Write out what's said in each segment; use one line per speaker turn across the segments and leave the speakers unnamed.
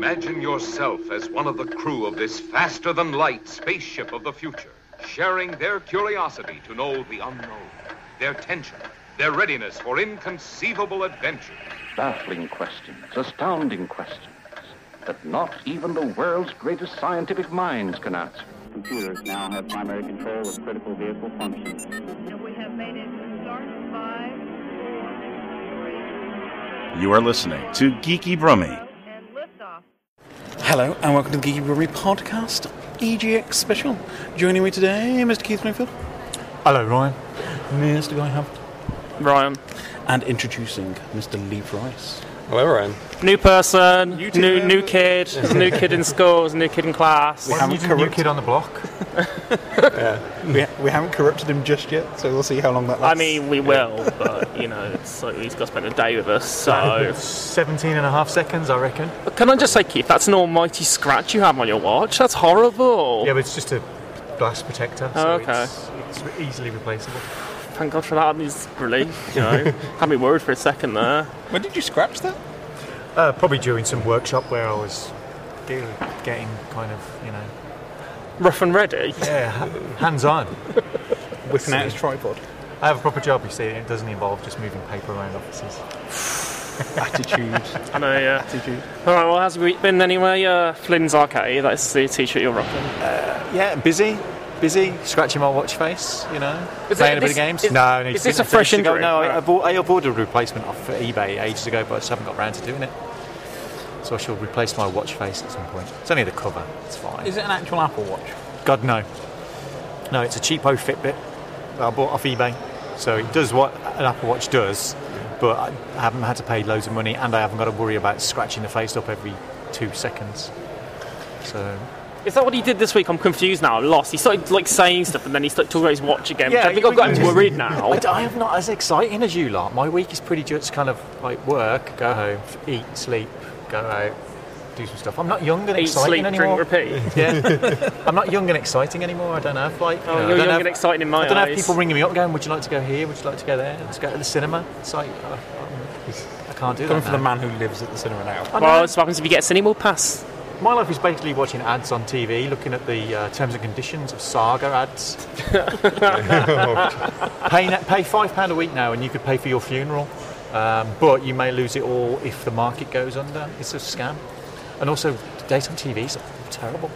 Imagine yourself as one of the crew of this faster than light spaceship of the future, sharing their curiosity to know the unknown, their tension, their readiness for inconceivable adventure.
Baffling questions, astounding questions that not even the world's greatest scientific minds can answer.
Computers now have primary control of critical vehicle functions.
And we have made it to start five, four, three.
You are listening to Geeky Brummy.
And liftoff.
Hello and welcome to the Geeky Brewery Podcast, EGX special. Joining me today, Mr. Keith Mayfield. Hello, Ryan. Mr. Guy Hubbard.
Ryan.
And introducing Mr. Lee Rice.
Hello, Ryan.
New person, new new, kid, new kid in school, new kid in class.
We haven't, corrupt-
on the block.
we, ha- we haven't corrupted him just yet, so we'll see how long that
I
lasts.
mean, we will, but you know, it's like he's got to spend a day with us. So,
17 and a half seconds, I reckon.
But can I just say, Keith, that's an almighty scratch you have on your watch. That's horrible.
Yeah, but it's just a glass protector, so
Oh, okay.
it's, it's re- easily replaceable.
Thank God for that. It's relief. You know, had me worried for a second there.
when did you scratch that?
Uh, probably during some workshop where I was dealing, getting kind of, you know,
Rough and ready.
yeah, ha- hands-on.
Whipping out his tripod.
I have a proper job, you see. and It doesn't involve just moving paper around offices.
Attitude.
I know. Yeah. All right. Well, how's your week been anyway? Uh, Flynn's Arcade. That's the t-shirt you're rocking.
Uh, Yeah, busy, busy, scratching my watch face, you know,
Is it-
playing a bit
this-
of games.
is-
no, I need
is
to-
this a
I need to
fresh
go-
injury?
No,
Right.
I, I, bought, I ordered a replacement off eBay ages ago, but I just haven't got around to doing it. So I shall replace my watch face at some point. It's only the cover. It's fine.
Is it an actual Apple Watch?
God no, no, it's a cheapo Fitbit that I bought off eBay. So it does what an Apple Watch does, but I haven't had to pay loads of money, and I haven't got to worry about scratching the face up every two seconds. So
Is that what he did this week? I'm confused now. I'm lost. He started like saying stuff, and then he started talking about his watch again. which I think I've got him worried now.
I, I am not as exciting as you lot. My week is pretty just kind of like work, go home, f- eat, sleep, go out, do some stuff. I'm not young and
Eat,
exciting
sleep,
anymore.
drink, repeat.
yeah, I'm not young and exciting anymore. I don't have like. you
Oh,
know, I
you're
don't
young
have-
and exciting in my
I don't have
eyes.
people ringing me up going, "Would you like to go here? Would you like to go there? Let's go to the cinema." It's like I, I- I can't do
Coming
that. now.
from the man who lives at the cinema now.
I know.
Well, that's what happens if you get a cinema pass.
My life is basically watching ads on TV, looking at the uh, terms and conditions of Saga ads. pay, na- pay five pound a week now, and you could pay for your funeral, um, but you may lose it all if the market goes under. It's a scam, and also daytime TV is terrible.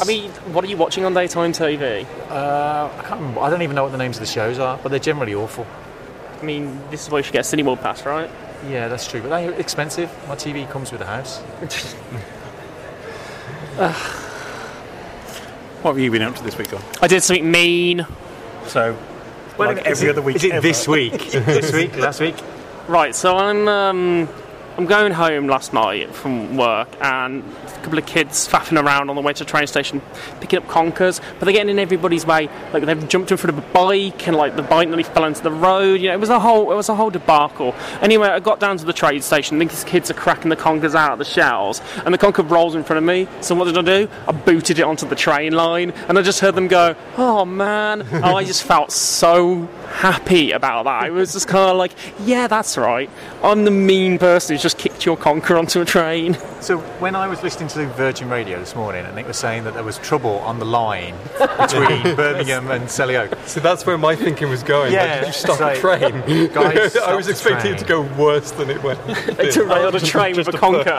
I mean, what are you watching on daytime TV?
Uh, I can't remember. I don't even know what the names of the shows are, but they're generally awful.
I mean, this is why you should get a cinema pass, right?
Yeah, that's true, but they're expensive. My TV comes with a house.
What have you been up to this week on?
I did something mean.
So, like
Is
every
it-
other week.
Is it
ever.
this week? this week? Last week?
Right, so I'm um, I'm going home last night from work, and a couple of kids faffing around on the way to the train station, picking up conkers, but they're getting in everybody's way. Like they've jumped in front of a bike, and like the bike nearly fell into the road. You know, it was a whole it was a whole debacle. Anyway, I got down to the train station. These kids are cracking the conkers out of the shells, and the conker rolls in front of me. So what did I do? I booted it onto the train line, and I just heard them go, "Oh man!" And I just felt so happy about that. I was just kind of like, "Yeah, that's right. I'm the mean person who's just kicked your conker onto a train."
So when I was listening to Virgin Radio this morning, and it was saying that there was trouble on the line between Birmingham and Selly Oak.
So that's where my thinking was going.
Yeah,
Yeah, you stop
so-
the train.
Guys,
I
stop
was
the
expecting it to go worse than it went.
It's a rail a train with a conker.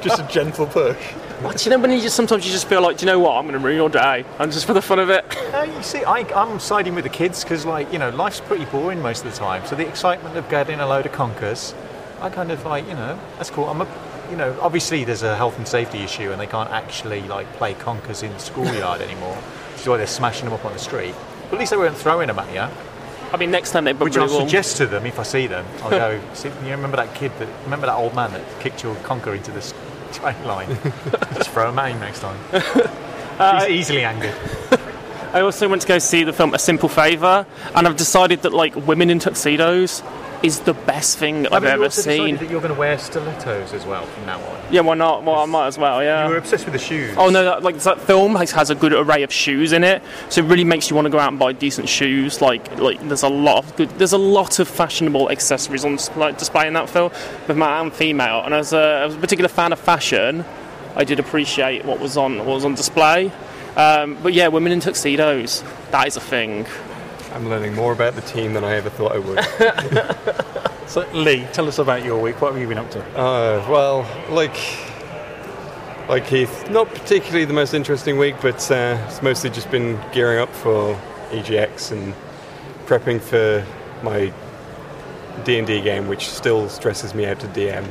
Just a gentle push.
do you know when you just sometimes you just feel like, do you know what? I'm going to ruin your day, and just for the fun of it.
No, Uh, you see, I, I'm siding with the kids because, like, you know, life's pretty boring most of the time. So the excitement of getting a load of conkers, I kind of like, you know, that's cool. I'm a, you know, obviously there's a health and safety issue, and they can't actually like play conkers in the schoolyard anymore, which is why they're smashing them up on the street. But at least they weren't throwing them at you.
I mean, next time they
Which I'll
probably will.
suggest to them if I see them. I'll go. see, you remember that kid that? Remember that old man that kicked your conker into this train line? Just throw him at him next time. He's easily angered.
I also went to go see the film A Simple Favor, and I've decided that like women in tuxedos is the best thing
Haven't
I've
you
ever
also decided
seen.
that you're going to wear stilettos as well from now on.
Yeah, why not? Well, I might as well. Yeah.
You were obsessed with the shoes.
Oh no! That, like that film has, has a good array of shoes in it, so it really makes you want to go out and buy decent shoes. Like, like there's a lot of good, there's a lot of fashionable accessories on display, display in that film, with male and female. And as a, as a particular fan of fashion, I did appreciate what was on what was on display. Um, but yeah, women in tuxedos, that is a thing.
I'm learning more about the team than I ever thought I would.
So, Lee, tell us about your week. What have you been up to?
Uh, well, like, like Heath, not particularly the most interesting week, but uh, it's mostly just been gearing up for EGX and prepping for my D and D game, which still stresses me out to DM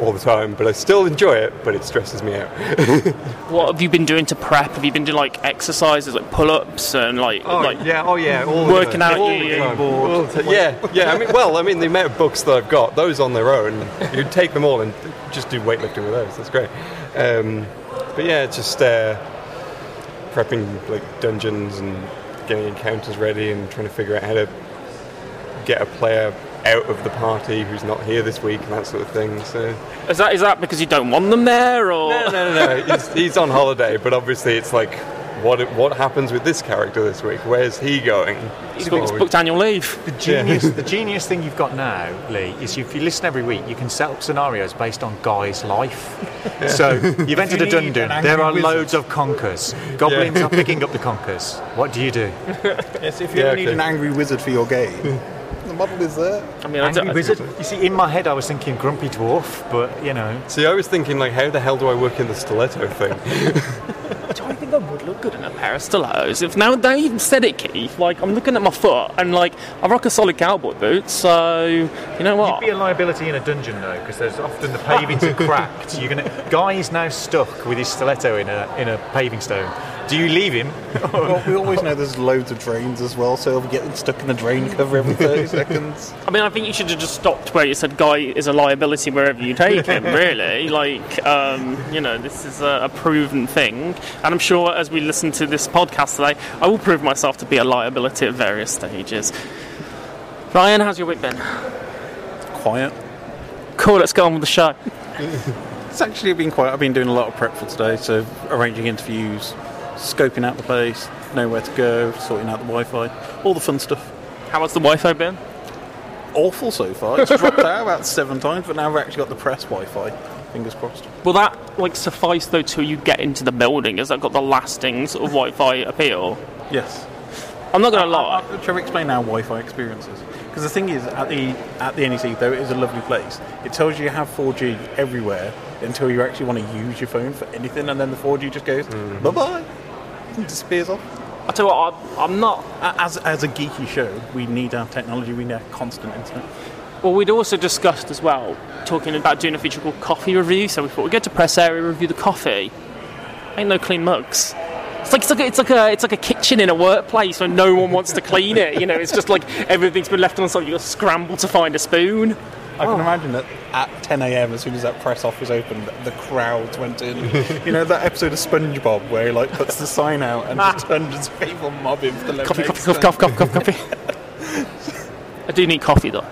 all the time. But I still enjoy it, but it stresses me out.
What have you been doing to prep? Have you been doing like exercises, like pull-ups, and like like
oh yeah, all
working out? your-
time. All the ti- yeah, yeah. I mean, well, I mean, the amount of books that I've got, those on their own, you'd take them all and just do weightlifting with those. That's great. Um, but yeah, it's just uh, prepping like dungeons and getting encounters ready and trying to figure out how to get a player out of the party who's not here this week and that sort of thing. So
Is that is that because you don't want them there, or
no, no, no. He's, he's on holiday, but obviously it's like, what what happens with this character this week? Where's he going?
He's booked,
Oh,
booked annual leave?
The genius, the genius thing you've got now, Lee, is if you listen every week, you can set up scenarios based on Guy's life. So you've entered a
need
dungeon.
an
There
angry
are
wizard.
loads of conkers. Goblins
Yeah.
are picking up the conkers. What do you do?
Yes, if you
Yeah,
ever need
okay.
an angry wizard for your game, the model is there.
I mean, I
Angry
don't,
wizard. You see, in my head, I was thinking grumpy dwarf, but you know,
See, I was thinking, like, how the hell do I work in the stiletto thing?
do I think I would look good in a pair of stilettos? If now now you've said it, Keith, like I'm looking at my foot and like I rock a solid cowboy boot, so you know
you'd
what?
be a liability in a dungeon though, because there's often the pavings are cracked. You're gonna. Guy's now stuck with his stiletto in a in a paving stone. Do you leave him?
Well, we always know there's loads of drains as well, so if we get stuck in the drain cover every 30 seconds.
I mean, I think you should have just stopped where you said guy is a liability wherever you take him. Really, like um, you know, this is a, a proven thing, and I'm sure as we listen to this podcast today, I will prove myself to be a liability at various stages. Ryan, how's your week been?
Quiet.
Cool. Let's go on with the show.
It's actually been quiet. I've been doing a lot of prep for today, so arranging interviews, scoping out the place, know where to go, sorting out the Wi-Fi, all the fun stuff.
How has the Wi-Fi been?
Awful so far. It's dropped out about seven times, but now we've actually got the press Wi-Fi. Fingers crossed.
Will that like suffice though till you get into the building? Has that got the lasting sort of Wi-Fi appeal?
Yes.
I'm not gonna
I-
lie.
I'm trying to explain our Wi-Fi experiences. Because the thing is, at the at the NEC, though it is a lovely place, it tells you you have 4G everywhere until you actually want to use your phone for anything, and then the 4G just goes bye bye, and disappears off.
I tell you what, I, I'm not.
A- As as a geeky show, we need our technology. We need our constant internet.
Well, we'd also discussed as well talking about doing a feature called coffee review. So we thought we'd go to press area review the coffee. Ain't no clean mugs. It's like, it's like a, it's like a it's like a kitchen in a workplace where no one wants to clean it. You know, it's just like everything's been left on something. You got to scramble to find a spoon.
I can imagine that at 10 a.m. as soon as that press office opened, the crowds went in. you know that episode of SpongeBob where he like puts the sign out and just hundreds of people mob him for the
Coffee,
location.
coffee, coffee, coffee, coffee, coffee, coffee. I do need coffee though.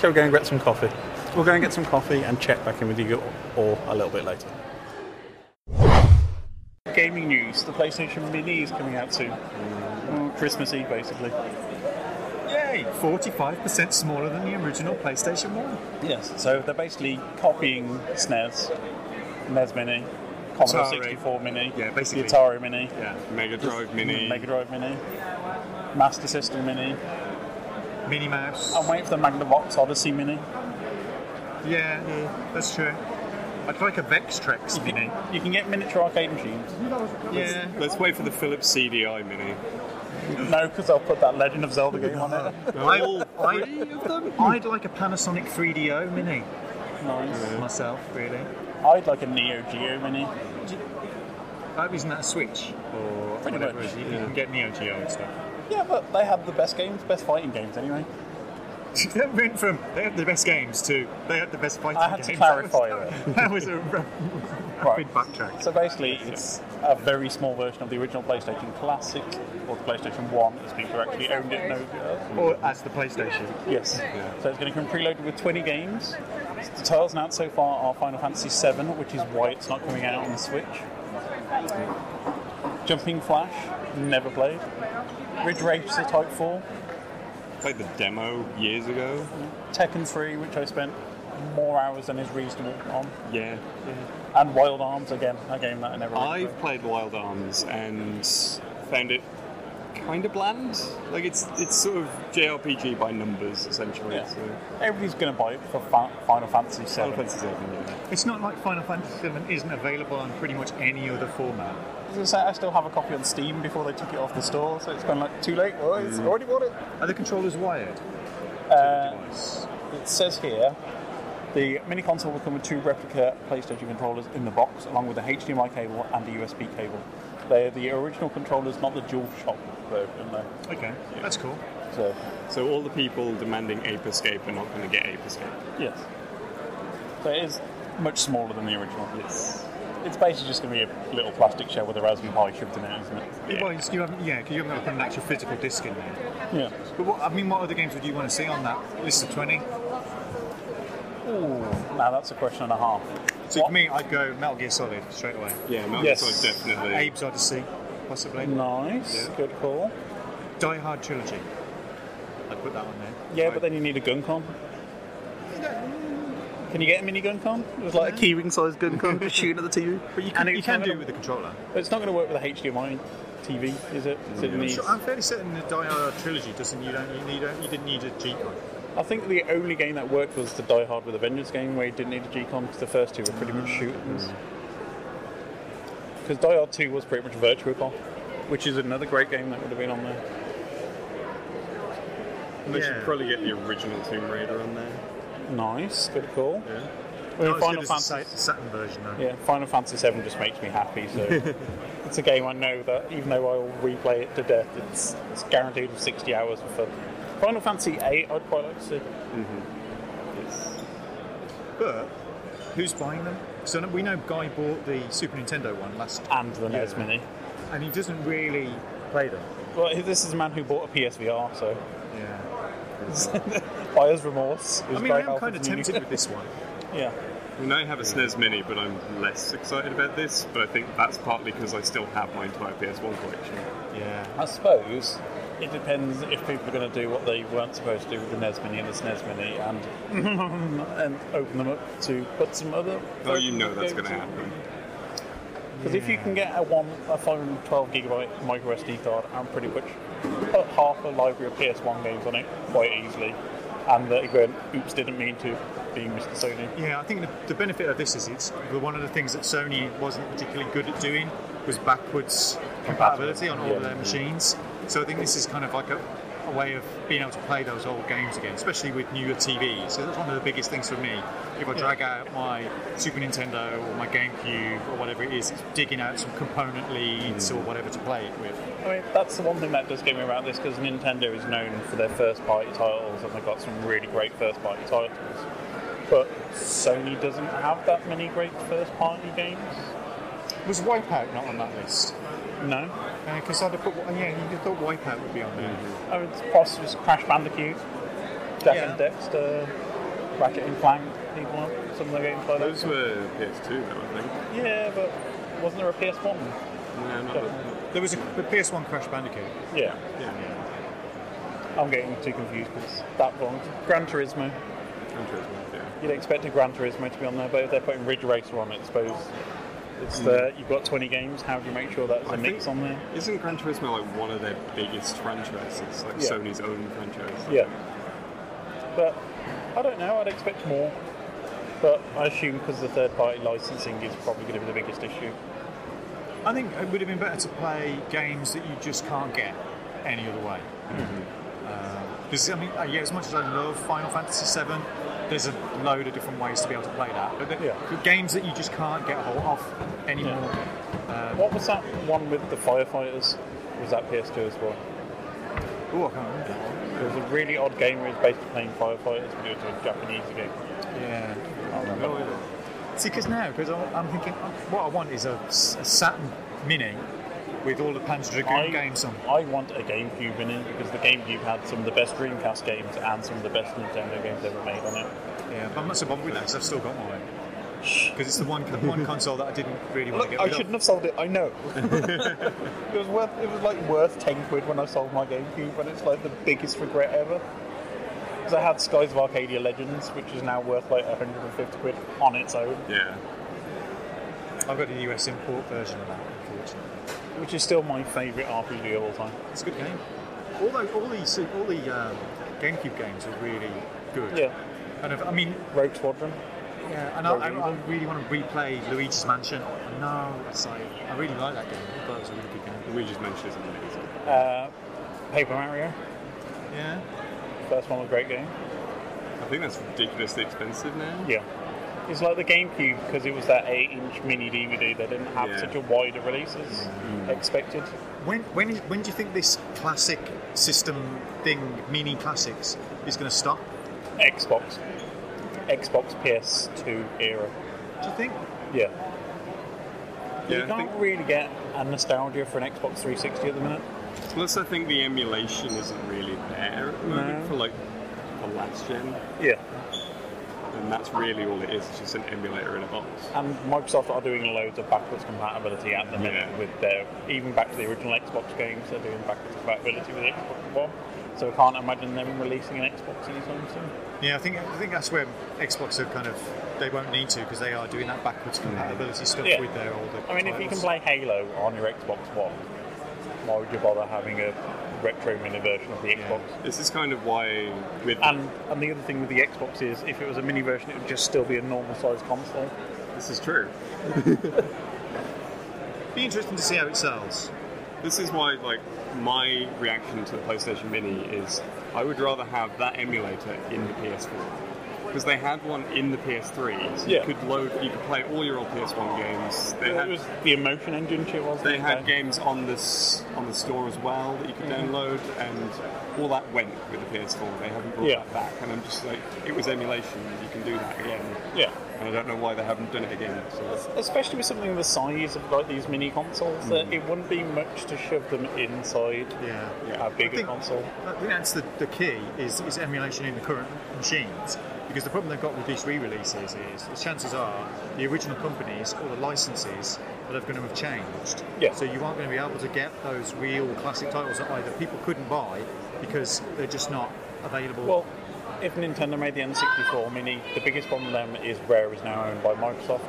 Shall we go and get some coffee? We'll go and get some coffee and check back in with you or a little bit later. Gaming news: The PlayStation Mini is coming out soon. Oh, Christmas Eve, basically.
Yay! 45% smaller than the original PlayStation 1.
Yes. So they're basically copying SNES, NES Mini, Commodore
Atari.
64 Mini,
Yeah, basically.
the Atari Mini,
Yeah.
Mega Drive Mini.
Mega Drive Mini, Master System Mini.
Minnie Mouse.
I'm waiting for the Magnavox Odyssey Mini.
Yeah, that's true. I'd like a Vextrex Mini.
You can get miniature arcade machines.
Yeah.
Let's wait for the Philips CDI Mini.
No, because I'll put that Legend of Zelda game on it.
I, would like a Panasonic 3DO Mini. Nice. Myself, really.
I'd like a Neo Geo Mini.
That isn't that a Switch? Or
Pretty
whatever
much,
it is. You can get Neo Geo and stuff.
Yeah, but they had the best games, best fighting games anyway.
that went from they had the best games to they had the best fighting
I had to
games.
clarify
that.
that.
Was, that was a rough-
Right. So basically, it's a very small version of the original PlayStation Classic, or the PlayStation 1, as people who actually owned it know.
Or as the PlayStation.
Yes. So it's going to come preloaded with 20 games. The titles announced so far are Final Fantasy VII, which is why it's not coming out on the Switch. Jumping Flash, never played. Ridge Racer Type 4,
Played the demo years ago.
Tekken 3, which I spent more hours than is reasonable on.
Yeah.
Mm.
And Wild Arms, again, a game that I never really
I've played Wild Arms and found it kind of bland. Like it's it's sort of JRPG by numbers essentially. So.
Everybody's going to buy it for Fa- Final Fantasy VII.
Final Fantasy VII, yeah.
It's not like Final Fantasy VII isn't available on pretty much any other format.
I was gonna say, I still have a copy on Steam before they took it off the store, so it's kind of like too late. Well, it's
Mm.
already bought it.
Are the controllers wired?
Uh, it says here the mini console will come with two replica PlayStation controllers in the box, along with a HDMI cable and a USB cable. They're the original controllers, not the dual shop version, though.
Okay, that's cool.
So,
so all the people demanding Ape Escape are not going to get Ape Escape.
Yes. So it is much smaller than the original.
Yes.
It's basically just going to be a little plastic shell with a Raspberry Pi shoved in it, isn't it?
Well, it's- you haven't, yeah, 'cause you haven't got to put an actual physical disc in there.
Yeah.
But what, I mean, what other games would you want to see on that list of 20?
Ooh, now that's a question and a half.
So for me, I'd go Metal Gear Solid straight away.
Yeah, Metal Gear Yes. Solid definitely.
Abe's Odyssey, possibly.
Nice, good call.
Die Hard Trilogy. I'd put that one there.
Yeah, but then you need a gun con. Can you get a mini gun con? It was like a keyring sized gun con just shooting at the TV. But you
can- you can do it with the controller.
But it's not going to work with a HDMI TV, is it? Is it
I'm,
needs-
sure, I'm fairly certain the Die Hard Trilogy doesn't. You don't. You, need, a- you didn't need a G Con.
I think the only game that worked was the Die Hard with a Vengeance game where you didn't need a G con because the first two were pretty much
Mm.
shootings. Because Die Hard 2 was pretty much Virtua Cop, which is another great game that would have been on there.
They
Yeah.
should probably get the original Tomb Raider on there.
Nice, good call.
Yeah.
Well,
Not as
Final
good as the
Fantasy
Sa- Saturn version, though.
Yeah, Final Fantasy VII just makes me happy. So it's a game I know that even though I'll replay it to death, it's, it's guaranteed of 60 hours of fun. Final Fantasy VIII, I'd quite like to see.
Mm-hmm.
But who's buying them? So we know Guy bought the Super Nintendo one last
and the NES Mini,
and he doesn't really play them.
Well, he- this is a man who bought a PSVR, so
yeah,
buyer's remorse.
I mean, I am kind of tempted with this one.
Yeah.
I mean, I have a SNES Mini, but I'm less excited about this. But I think that's partly because I still have my entire PS1 collection.
Yeah.
I suppose it depends if people are going to do what they weren't supposed to do with the NES Mini and the SNES Mini and, and open them up to put some other.
Oh, you know that's going to happen.
Because if you can get a one a phone 12 gigabyte micro SD card and pretty much put half a library of PS1 games on it quite easily, and that again, oops, didn't mean to, being Mr. Sony.
Yeah, I think the, the benefit of this is it's the- one of the things that Sony wasn't particularly good at doing was backwards compatibility on all of
Yeah.
their machines. So I think this is kind of like a, a way of being able to play those old games again, especially with newer TVs. So that's one of the biggest things for me. If I drag out my Super Nintendo or my GameCube or whatever it is, it's digging out some component leads or whatever to play it with.
I mean, that's the one thing that does get me about this because Nintendo is known for their first party titles and they've got some really great first party titles. But Sony doesn't have that many great first party games.
Was Wipeout not on that list?
No.
Because I'd have put, yeah, you thought Wipeout would be on there.
Mm-hmm. I mean, it's possible it's Crash Bandicoot, Jack and Dexter, Ratchet and Clank, people, want some of the games like
Those
that.
were PS2, though, I think.
Yeah, but wasn't there a PS1?
No, not
Definitely.
There was a, the PS1 Crash Bandicoot.
Yeah. I'm getting too confused because that one. Gran Turismo.
Gran Turismo, yeah.
You'd expect a Gran Turismo to be on there, but if they're putting Ridge Racer on it, I suppose. It's the, you've got 20 games, how do you make sure that's a
I
mix
think-
on there?
Isn't Gran Turismo like one of their biggest franchises, like
Yeah.
Sony's own franchise?
Yeah. But I don't know, I'd expect more. But I assume because the third party licensing is probably going to be the biggest issue.
I think it would have been better to play games that you just can't get any other way. Because I mean, uh, yeah, as much as I love Final Fantasy VII, there's a load of different ways to be able to play that. But the, the games that you just can't get hold of anymore. Uh,
What was that one with the firefighters? Was that PS2 as well?
Oh, I can't remember.
It was a really odd game where it's basically playing firefighters, but it was a Japanese game.
Yeah.
I don't remember.
See, because now, because I'm, I'm thinking, uh, what I want is a, s- a Saturn Mini with all the Panzer Dragoon games on.
I want a GameCube in it because the GameCube had some of the best Dreamcast games and some of the best Nintendo games ever made on it.
Yeah, but I'm not so bothered with that because I've still got mine. Because it's the one the one console that I didn't really want
Look,
to get
I
rid
shouldn't have sold it. I know. it was worth. It was like worth ten quid when I sold my GameCube, and it's like the biggest regret ever. Because I had Skies of Arcadia Legends, which is now worth like 150 quid on its own.
Yeah. I've got a US import version of that, unfortunately.
Which is still my favourite RPG of all time.
It's a good game. Although all the su- all the um, GameCube games are really good.
Yeah.
And if, I mean,
Rogue Squadron.
Yeah, and I, I, I really want to replay Luigi's Mansion. No, it's like I really like that game. I thought it was a really good game.
Luigi's Mansion is amazing.
Uh, Paper Mario.
Yeah.
First one was a great game.
I think that's ridiculously expensive now.
Yeah. It's like the GameCube because it was that 8 inch mini DVD. They didn't have
Yeah. Mm.
such a wider release as expected.
When when is, when do you think this classic system thing, mini classics, is going to stop?
Xbox. Xbox PS2 era.
Do you think?
Yeah.
Yeah,
you
I
can't really get a nostalgia for an Xbox 360 at the minute.
Plus, I think the emulation isn't really there at the moment
No.
for like the last gen,
Yeah.
and that's really all it is. It's just an emulator in a box.
And Microsoft are doing loads of backwards compatibility at the minute with their even back to the original Xbox games. They're doing backwards compatibility with Xbox One. So I can't imagine them releasing an Xbox anytime soon.
Yeah, I think I think that's where Xbox are kind of they won't need to because they are doing that backwards compatibility stuff
Mm. Yeah.
with their older.
I mean, if you can
titles.
play Halo on your Xbox One, why would you bother having a retro mini version of the Xbox?
This is kind of why with
and and the other thing with the Xbox is if it was a mini version, it would just still be a normal sized console.
This is true.
be interesting to see how it sells.
This is why, like, my reaction to the PlayStation Mini is I would rather have that emulator in the PS4 because they had one in the PS3. So
Yeah.
You could load, you could play all your old PS1 games. They
It
had
was the emotion engine shit was.
they had games on this on the store as well that you could
Mm-hmm.
Mhm.
download, and all that went with the PS4. They haven't brought
Yeah.
that back, and I'm just like, it was emulation. You can do that again.
Yeah.
And I don't know why they haven't done it again. So.
Especially with something the size of like these mini consoles,
Mm.
that it wouldn't be much to shove them inside a bigger console.
I think that's the, the key is, is emulation in the current machines. Because the problem they've got with these re-releases is the chances are the original companies or the licenses that are going to have changed.
Yeah.
So you aren't going to be able to get those real classic titles that either people couldn't buy because they're just not available.
Well, if Nintendo made the N64 Mini, the biggest problem with them is Rare is now owned by Microsoft,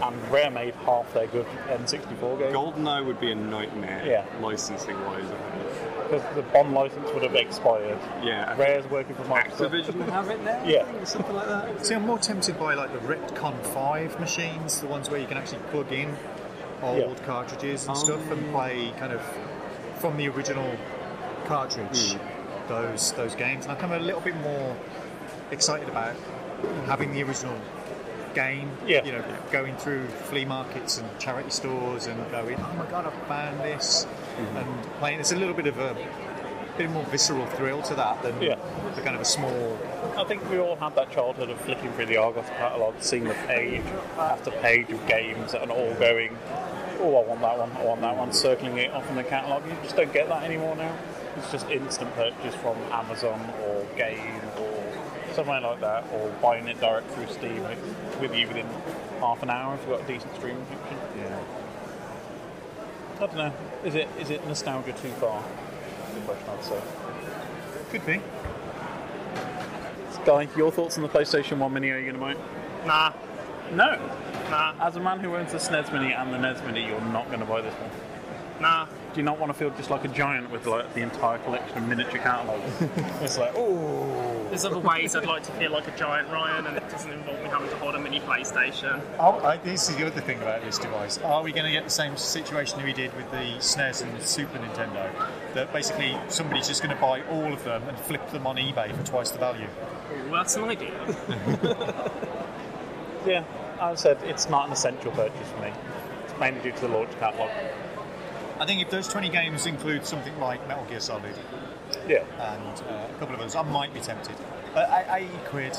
and Rare made half their good N64 games.
GoldenEye would be a nightmare,
Yeah.
licensing wise. I think.
Because the Bond license would have expired.
Yeah.
Rare's working for Microsoft.
Activision have it now?
Yeah.
Something like that. See, I'm more tempted by like the Retcon 5 machines, the ones where you can actually plug in old
Yeah.
cartridges and stuff and play kind of from the original cartridge
Hmm.
those those games. And I'm a little bit more excited about having the original game. Yeah. You know, going through flea markets and charity stores and going, oh my god, I found this,
Mm-hmm.
and playing. It's a little bit of a bit more visceral thrill to that than
Yeah.
the kind of a small
I think we all had that childhood of flicking through the Argos catalogue, seeing the page after page of games and all going, oh, I want that one, I want that one, circling it off in the catalogue. You just don't get that anymore now. It's just instant purchase from Amazon or Game or somewhere like that, or buying it direct through Steam and it's with you within half an hour if you've got a decent stream connection.
Yeah.
I don't know. Is it is it nostalgia too far? Is the question I'd say.
Could be.
Guy, your thoughts on the PlayStation 1 Mini are you going to buy? Nah. No. Nah. As a man who owns the SNES Mini and the NES Mini, you're not going to buy this one. Nah. Do you not want to feel just like a giant with like the entire collection of miniature catalogues? it's like, oh.
There's other ways I'd like to feel like a giant Ryan, and it doesn't involve me having to hold a mini PlayStation.
Oh, I, this is the other thing about this device. Are we going to get the same situation that we did with the SNES and the Super Nintendo? That basically somebody's just going to buy all of them and flip them on eBay for twice the value.
Ooh, that's an idea.
Yeah. As I said, it's not an essential purchase for me. It's mainly due to the launch catalogue.
I think if those 20 games include something like Metal Gear Solid, Yeah. And uh, a couple of others. I might be tempted. Uh, I, I quid.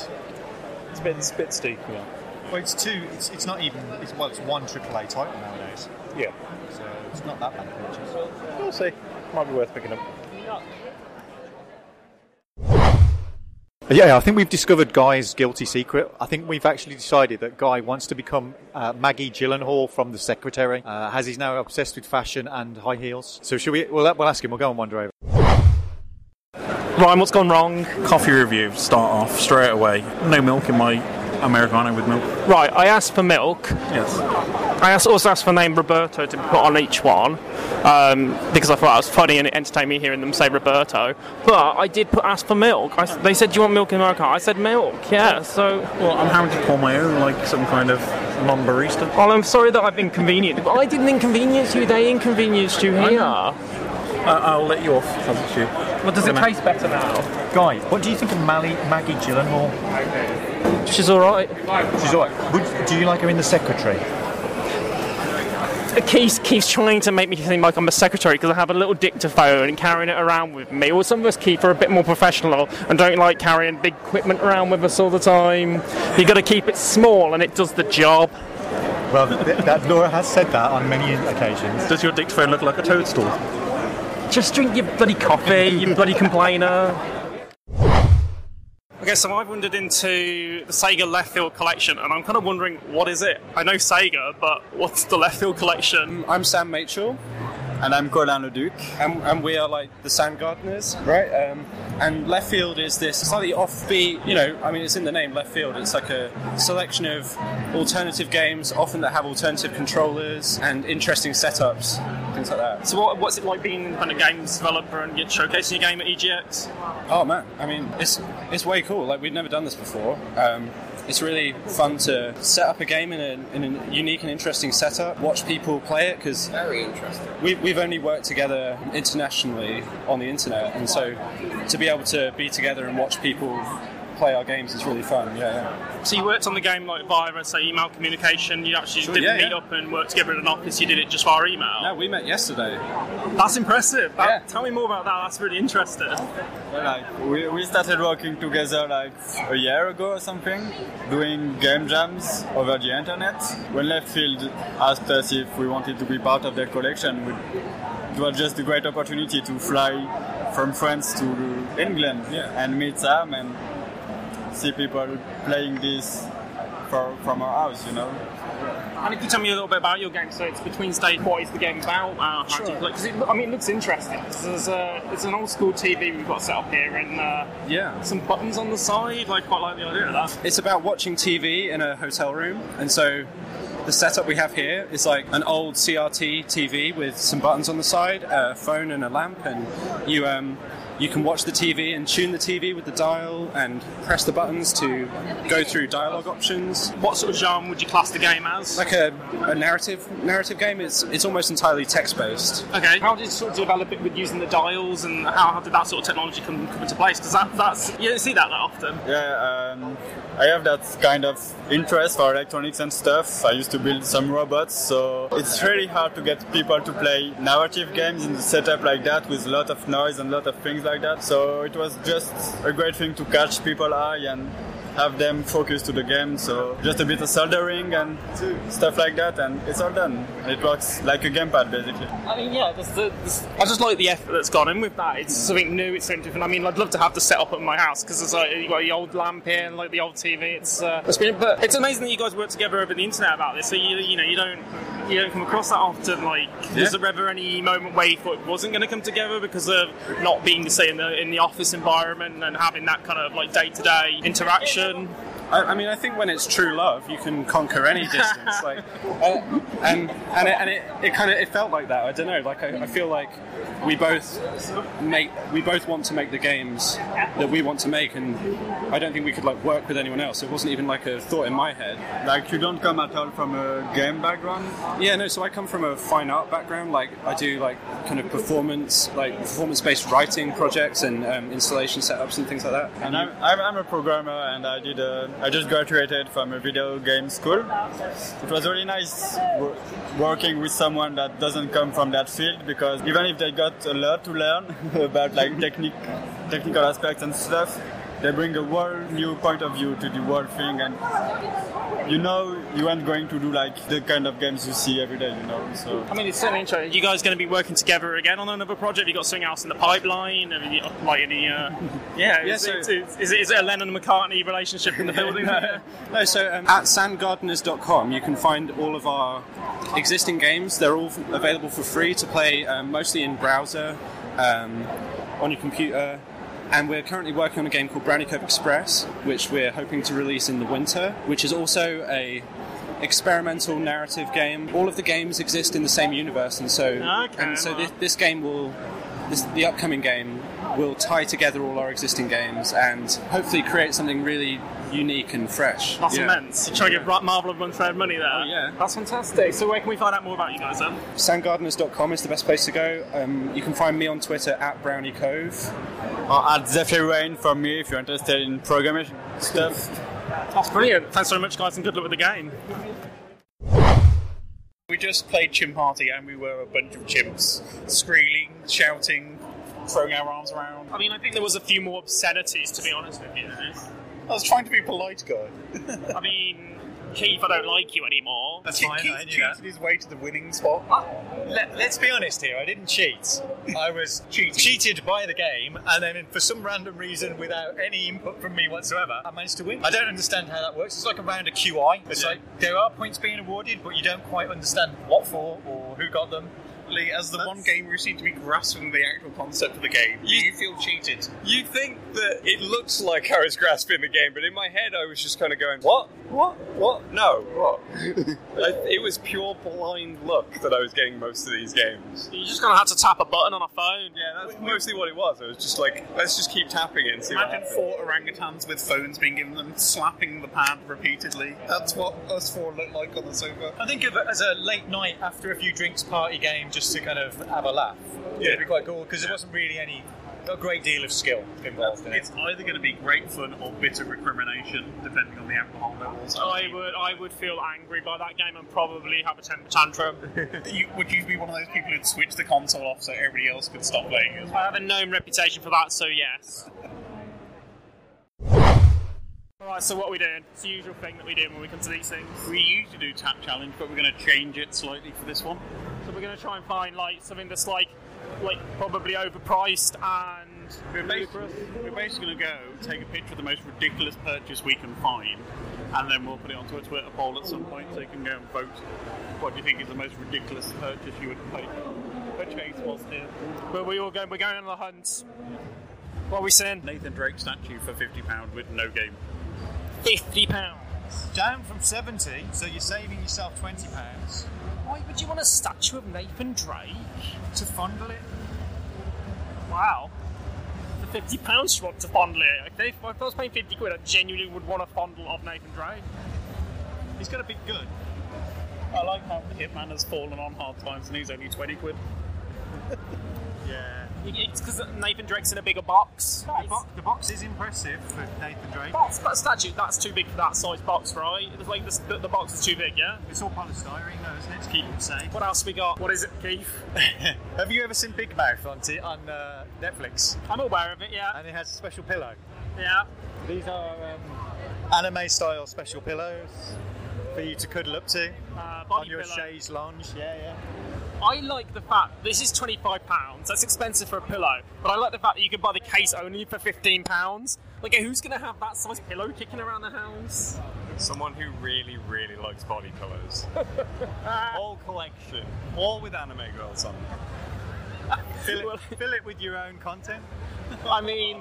It's a bit, it's a bit steep, yeah. Well, it's two. It's, it's not even. It's, well, it's one AAA title nowadays. Yeah. So it's not that bad a purchase.
We'll see. Might be worth picking up.
Yeah, I think we've discovered Guy's guilty secret. I think we've actually decided that Guy wants to become uh, Maggie Gyllenhaal from The Secretary, uh, as he's now obsessed with fashion and high heels. So, should we? We'll, we'll ask him. We'll go and wander over.
Ryan, what's gone wrong? Coffee review. Start off straight away. No milk in my americano with milk.
Right, I asked for milk.
Yes.
I asked, also asked for name Roberto to be put on each one um, because I thought it was funny and it entertained me hearing them say Roberto. But I did put ask for milk. I s they said, Do you want milk in America? I said, Milk, yeah. So.
Well, I'm having to pour my own like some kind of non barista.
Well, I'm sorry that I've inconvenienced. I didn't inconvenience you, they inconvenienced you here.
I- I'll let you off. Thank you.
Well, does it taste better now?
Guy, what do you think of Mally, Maggie Gyllenhaal?
She's all right.
She's all right. Would, do you like her in The Secretary?
Keith keeps trying to make me seem like I'm a secretary because I have a little dictaphone and carrying it around with me. Well, some of us keep are a bit more professional and don't like carrying big equipment around with us all the time. You got to keep it small and it does the job.
Well, that Laura has said that on many occasions.
Does your dictaphone look like a toadstool?
Just drink your bloody coffee, you bloody complainer. Okay, so I've wandered into the Sega Left Field collection, and I'm kind of wondering what is it. I know Sega, but what's the Left Field collection?
I'm Sam Machel, and I'm Corlano Duke, and, and we are like the Sand Gardeners, right? Um, and left field is this slightly offbeat, you know, I mean, it's in the name, left field. It's like a selection of alternative games, often that have alternative controllers and interesting setups, things like that.
So what, what's it like being an independent games developer and you're showcasing your game at E EGX?
Oh man, I mean, it's it's way cool. Like we've never done this before. Um, it's really fun to set up a game in a, in a unique and interesting setup. Watch people play it because very interesting. We, we've only worked together internationally on the internet, and so to be able to be together and watch people play our games is really fun. Yeah, yeah.
So you worked on the game like via, say, email communication. You actually
Sure,
didn't
yeah,
meet up and work together in an office. You did it just via email.
No, we met yesterday.
That's impressive. That- Tell me more about that. That's really interesting.
Well, like we, we started working together like a year ago or something, doing game jams over the internet. When Leftfield asked us if we wanted to be part of their collection, we, it was just a great opportunity to fly from France to England and meet them and see people playing this for, from our house, you know.
And if you tell me a little bit about your game, so it's between stage. What is the game about? Uh, how do you play? Because I mean, it looks interesting. 'Cause There's a, it's an old school TV we've got set up here, and uh,
Yeah.
some buttons on the side. Like quite like the idea of that.
It's about watching TV in a hotel room, and so the setup we have here is like an old CRT TV with some buttons on the side, a phone, and a lamp, and you um, you can watch the TV and tune the TV with the dial and press the buttons to go through dialogue options.
What sort of genre would you class the game as?
Like a, a narrative narrative game. It's it's almost entirely text based.
Okay. How did you sort of develop it with using the dials, and how, how did that sort of technology come, come into place? Because that, that's you don't see that that often.
Yeah, um, I have that kind of interest for electronics and stuff. I used to build some robots, so it's really hard to get people to play narrative games in the setup like that with a lot of noise and a lot of things like that. So it was just a great thing to catch people eye and have them focus to the game. So just a bit of soldering and stuff like that, and it's all done. It works like a gamepad basically.
I mean, yeah, there's the, there's, I just like the effort that's gone in with that. It's something new, it's something different. I mean, I'd love to have the setup at my house because there's like you got the old lamp here and like the old TV. It's uh, it's been, but it's amazing that you guys work together over the internet about this. So you you know you don't you don't come across that often. Like, was
Yeah.
there ever any moment where you thought it wasn't going to come together because of not being say in the in the office environment and having that kind of like day to day interaction?
I, I mean, I think when it's true love, you can conquer any distance. like, uh, and and it, and it, it kind of it felt like that. I don't know. Like, I, I feel like we both make we both want to make the games that we want to make, and I don't think we could like work with anyone else. It wasn't even like a thought in my head.
Like you don't come at all from a game background.
Yeah, no. So I come from a fine art background. Like I do like kind of performance, like performance-based writing projects and um, installation setups and things like that.
And I'm, I'm, I'm a programmer, and I did a I just graduated from a video game school. It was really nice wor- working with someone that doesn't come from that field because even if they got a lot to learn about like technic- technical aspects and stuff, they bring a whole new point of view to the whole thing and you know you aren't going to do like the kind of games you see every day, you know. So
I mean, it's certainly interesting. Are you guys going to be working together again on another project? Have you got something else in the pipeline? Have you got, like any? Uh, yeah,
Yeah,
is,
so-
it- is, is it- is it a Lennon McCartney relationship in the building? there?
No, so um, at sandgardeners.com you can find all of our existing games. They're all f- available for free to play, um, mostly in browser, um, on your computer. And we're currently working on a game called Brownie Cove Express, which we're hoping to release in the winter, which is also a experimental narrative game. All of the games exist in the same universe, and so and so this, this game will, this, the upcoming game will tie together all our existing games and hopefully create something really unique and fresh.
That's
Yeah.
immense. You're trying to give Ra- Marvel and Unfair money there. Oh, yeah. That's fantastic. So where can we find out more about you guys then?
Sandgardeners.com is the best place to go. Um, you can find me on Twitter at Brownie Cove.
or at Zephyr Rain from me if you're interested in programming stuff.
That's brilliant. Thanks very much, guys, and good luck with the game.
We just played Chimp Party and we were a bunch of chimps screaming, shouting, throwing our arms around.
I mean, I think there was a few more obscenities, to be honest with you.
I was trying to be polite, guy.
I mean, Keith, I don't like you anymore.
That's fine. I knew that. his way to the winning spot. Let, us be honest here. I didn't cheat. I was cheated. cheated by the game, and then for some random reason, without any input from me whatsoever, I managed to win. I don't understand how that works. It's like a round of QI. It's like there are points being awarded, but you don't quite understand what for or who got them.
As the one gamer who seemed to be grasping the actual concept of the game,
you, feel cheated.
You think that it looks like I was grasping the game, but in my head I was just kind of going, "What? What? What? No, what?" I, it was pure blind luck that I was getting most of these games.
You just kind of had to tap a button on a phone.
Yeah, that's mostly what it was. I was just like, "Let's just keep tapping it and see what
Imagine
happens."
four orangutans with phones being given them, slapping the pad repeatedly. That's what us four look like on the sofa. I think of it as a late night after a few drinks party game just to kind of have a laugh. Yeah. It'd be quite cool because there wasn't really any, a great deal of skill involved in it.
It's either going to be great fun or bitter recrimination, depending on the alcohol levels. I would, I would feel angry by that game and probably have a temper tantrum.
you, would you be one of those people who'd switch the console off so everybody else could stop playing it?
I have a known reputation for that, so yes. Alright, so what are we doing? It's the usual thing that we do when we come to these things.
We usually do tap challenge, but we're going to change it slightly for this one.
So we're going to try and find like something that's like, like probably overpriced and
We're basically, we're basically going to go take a picture of the most ridiculous purchase we can find, and then we'll put it onto a Twitter poll at some point so you can go and vote. What do you think is the most ridiculous purchase you would make? Purchase was here.
But we all go. We're going on the hunt. What are we seeing?
Nathan Drake statue for fifty pound with no game.
Fifty pounds.
Down from 70, so you're saving yourself 20 pounds
Why would you want a statue of Nathan Drake?
to fondle it.
Wow. For fifty pounds, you want to fondle it? If, if I was paying fifty quid, I genuinely would want a fondle of Nathan Drake.
He's going to be good. I like how the hitman has fallen on hard times and he's only twenty quid.
Yeah.
It's because Nathan Drake's in a bigger box.
The, bo- the box is impressive for Nathan Drake.
That's that statue. That's too big for that size box, right? It's like the, the, the box is too big, yeah.
It's all polystyrene, though, isn't it? To keep it safe.
What else we got? What is it, Keith?
Have you ever seen Big Mouth on, t- on uh, Netflix?
I'm aware of it, yeah.
And it has a special pillow.
Yeah.
These are um, anime style special pillows for you to cuddle up to
Uh, body
on your
pillow.
chaise lounge. Yeah, yeah.
I like the fact this is twenty five pounds. That's expensive for a pillow, but I like the fact that you can buy the case only for fifteen pounds. Like, who's gonna have that size pillow kicking around the house?
Someone who really, really likes body pillows. All collection, all with anime girls on. them.
Fill it, fill it with your own content.
I mean,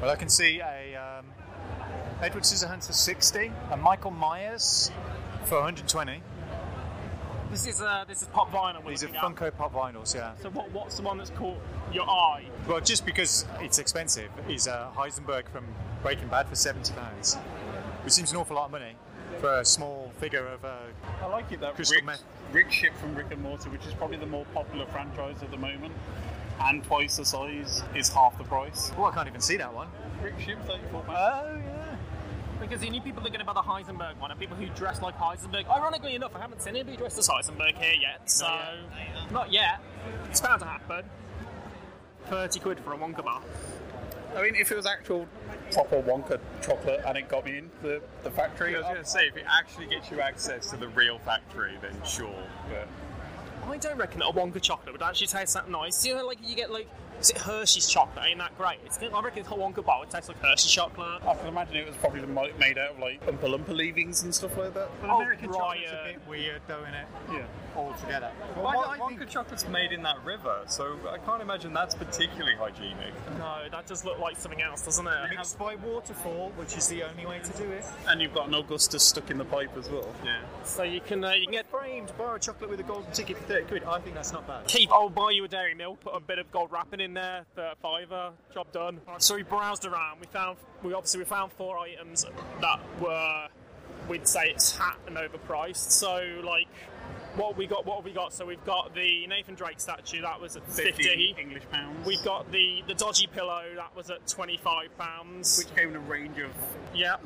Well, I can see a um, Edward Scissorhands for 60 and Michael Myers for 120.
this is uh, this is pop vinyl. We're
These are
looking at.
Funko Pop vinyls, yeah.
So what what's the one that's caught your eye?
Well, just because it's expensive, is uh, Heisenberg from Breaking Bad for seventy pounds, which seems an awful lot of money for a small figure of uh,
I like it that
crystal meth.
Rick Ship from Rick and Morty, which is probably the more popular franchise at the moment.
and twice the size is half the price.
Oh, I can't even see that one.
Rick Shim, 34 pounds.
Oh, yeah.
Because you need people that are going to buy the Heisenberg one and people who dress like Heisenberg. Ironically enough, I haven't seen anybody dressed as Heisenberg here yet, so. Not yet. It's bound to happen. 30 quid for a Wonka bar.
I mean, if it was actual proper Wonka chocolate and it got me into the, the factory,
I was going to say, if it actually gets you access to the real factory, then sure. But
I don't reckon that a Wonka chocolate would actually taste that nice. You know, like you get like is it Hershey's chocolate? Ain't that great? It's, I reckon the Wonka bar would taste like Hershey's chocolate.
I can imagine it was probably mo- made out of like Oompa Loompa leavings and stuff like that.
Oh,
Oh,
Well, American chocolate's a bit weird, though, isn't it?
Yeah.
All together.
well, Won- Wonka chocolate's made in that river, so I can't imagine that's particularly hygienic.
No, that does look like something else, doesn't it?
Mixed by waterfall, which is the only way to do it.
And you've got an Augustus stuck in the pipe as well.
Yeah. So you can uh, you can get framed.
Borrow chocolate with a golden ticket for 30 quid. I think that's not bad.
Keith, I'll buy you a dairy milk. Put a bit of gold wrapping in there. for a Fiver. Job done. So we browsed around. We found we obviously we found four items that were we'd say it's hat and overpriced. So like. What have we got? What have we got? So we've got the Nathan Drake statue that was at 50,
50 English pounds.
We've got the the dodgy pillow that was at twenty five pounds,
Which came in a range of.
Yeah,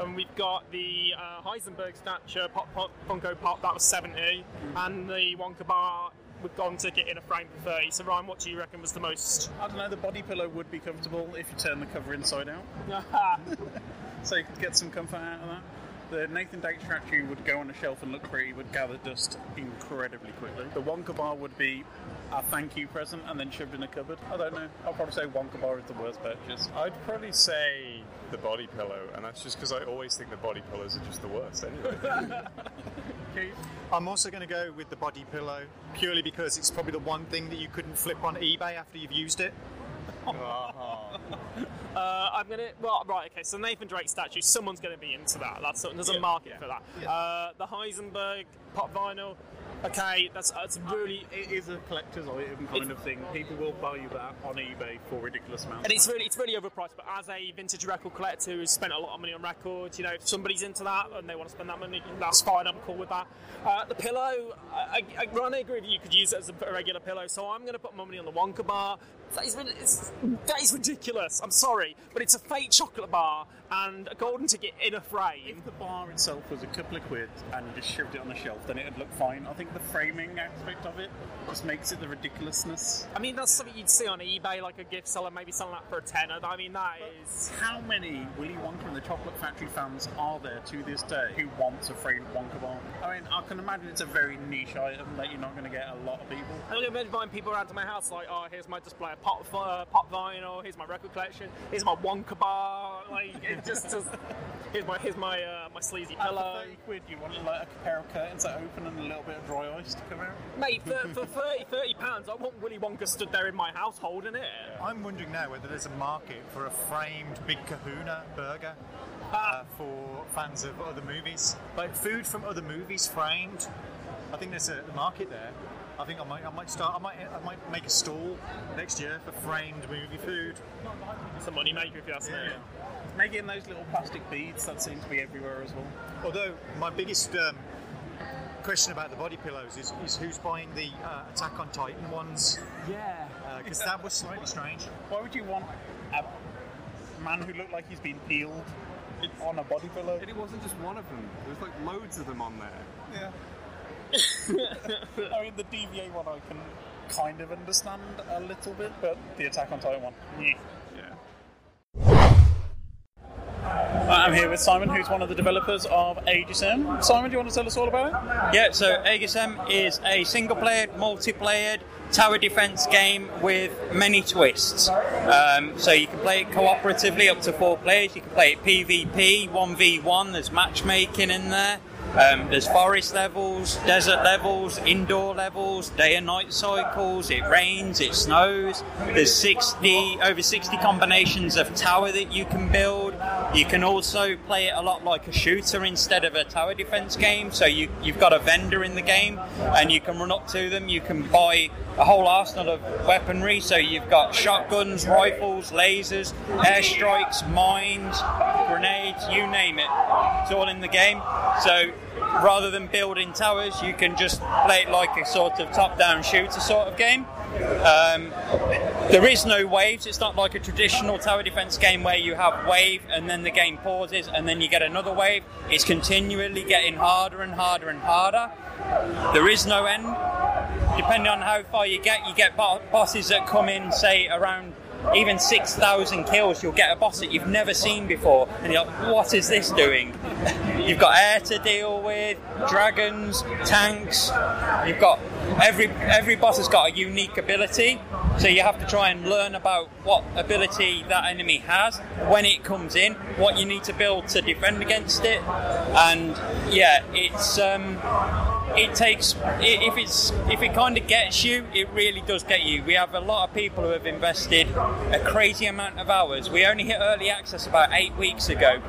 and we've got the uh, Heisenberg statue, Pop, Pop, Funko Pop, that was 70, and the Wonka Bar with Gone Ticket in a frame for 30. So, Ryan, what do you reckon was the most?
I don't know, the body pillow would be comfortable if you turn the cover inside out. so you could get some comfort out of that. The Nathan Dake statue would go on a shelf and look pretty, would gather dust incredibly quickly. The Wonka bar would be a thank you present and then shoved in a cupboard. I don't know. I'll probably say Wonka bar is the worst purchase.
I'd probably say the body pillow, and that's just because I always think the body pillows are just the worst anyway.
I'm also going to go with the body pillow, purely because it's probably the one thing that you couldn't flip on eBay after you've used it.
Uh, I'm gonna. Well, right, okay. So Nathan Drake statue. Someone's gonna be into that. That's there's a
Yeah,
market
yeah,
for that. Uh, the Heisenberg pop vinyl. Okay, that's that's really.
It is a collector's item kind of thing. People will buy you that on eBay for ridiculous amounts.
And it's really, it's really overpriced. But as a vintage record collector who's spent a lot of money on records, you know, if somebody's into that and they want to spend that money, that's fine. I'm cool with that. Uh, the pillow, I, I, I Ron, I agree with you. You could use it as a, a regular pillow. So I'm going to put my money on the Wonka bar. That is, really- it's, that is ridiculous. I'm sorry, but it's a fake chocolate bar and a golden ticket in a frame.
If the bar itself was a couple of quid and you just shoved it on the shelf, then it'd look fine. I think the framing aspect of it just makes it the ridiculousness.
I mean, that's something you'd see on eBay, like a gift seller maybe selling that for a tenner. I mean, that is.
How many Willy Wonka and the Chocolate Factory fans are there to this day who want a framed Wonka bar? I mean, I can imagine it's a very niche item that you're not going to get a lot of people.
I'm going to imagine buying people around to my house like, oh, here's my display of pop, uh, pop vinyl, here's my record collection, here's my Wonka bar, like, it just, just here's my here's my uh, my sleazy
Hello.
pillow.
30 quid, you want like a pair of curtains that open and a little bit of dry ice to come out?
Mate, for, for 30, 30 pounds, I want Willy Wonka stood there in my house holding it.
I'm wondering now whether there's a market for a framed Big Kahuna burger
Ah.
uh, for fans of other movies, like food from other movies framed. I think there's a market there. I think I might, I might start. I might, I might make a stall next year for framed movie food.
It's a moneymaker if you ask me.
Make it in those little plastic beads that seem to be everywhere as well.
Although my biggest um, question about the body pillows is, is who's buying the uh, Attack on Titan ones?
Yeah.
because Uh, that was slightly strange.
Why would you want a man who looked like he's been peeled on a body pillow?
And it wasn't just one of them, there was like loads of them on there.
Yeah. I mean, the DVA one I can kind of understand a little bit, but the Attack on Titan one. Yeah. I'm here with Simon, who's one of the developers of AGSM. Simon, do you want to tell us all about
Yeah, so AGSM is a single player, multiplayer tower defense game with many twists. Um, so you can play it cooperatively up to four players, you can play it PvP, 1v1, there's matchmaking in there. Um, there's forest levels, desert levels, indoor levels, day and night cycles. It rains, it snows. There's 60 over 60 combinations of tower that you can build. You can also play it a lot like a shooter instead of a tower defense game. So you, you've got a vendor in the game, and you can run up to them. You can buy a whole arsenal of weaponry. So you've got shotguns, rifles, lasers, airstrikes, mines, grenades, you name it. It's all in the game. So rather than building towers, you can just play it like a sort of top-down shooter sort of game. Um, there is no waves. It's not like a traditional tower defense game where you have wave and then the game pauses and then you get another wave. It's continually getting harder and harder and harder. There is no end. Depending on how far you get, you get bo- bosses that come in, say, around even 6,000 kills. You'll get a boss that you've never seen before, and you're like, what is this doing? You've got air to deal with, dragons, tanks. You've got every every boss has got a unique ability, so you have to try and learn about what ability that enemy has when it comes in, what you need to build to defend against it, and yeah, it's um, it takes i- if it's if it kind of gets you, it really does get you. We have a lot of people who have invested a crazy amount of hours. We only hit early access about eight weeks ago.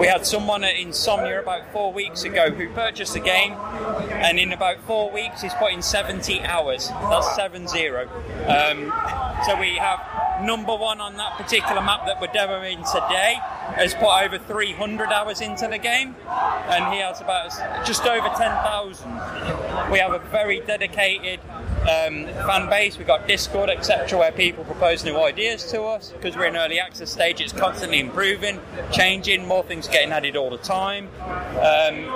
We had someone at Insomnia about four weeks ago who purchased the game, and in about four weeks he's put in 70 hours. That's seven zero. Um, so we have number one on that particular map that we're demoing today has put over 300 hours into the game, and he has about just over 10,000. We have a very dedicated um, fan base. We've got Discord, etc., where people propose new ideas to us because we're in early access stage. It's constantly improving, changing, more things getting added all the time. Um,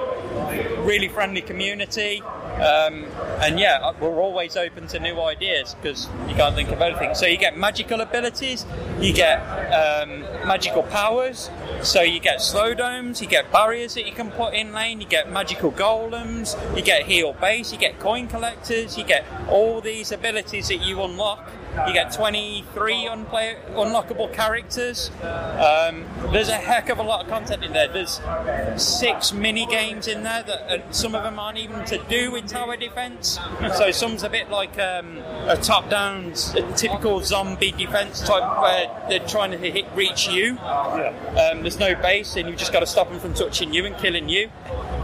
really friendly community. Um, and yeah, we're always open to new ideas because you can't think of anything. So you get magical abilities, you get um, magical powers, so you get slow domes, you get barriers that you can put in lane, you get magical golems, you get heal base, you get coin collectors, you get all these abilities that you unlock. You get 23 unplay- unlockable characters. Um, there's a heck of a lot of content in there. There's six mini games in there that uh, some of them aren't even to do with tower defense. So some's a bit like um, a top-down, s- a typical zombie defense type where they're trying to hit, reach you. Um, there's no base, and you've just got to stop them from touching you and killing you.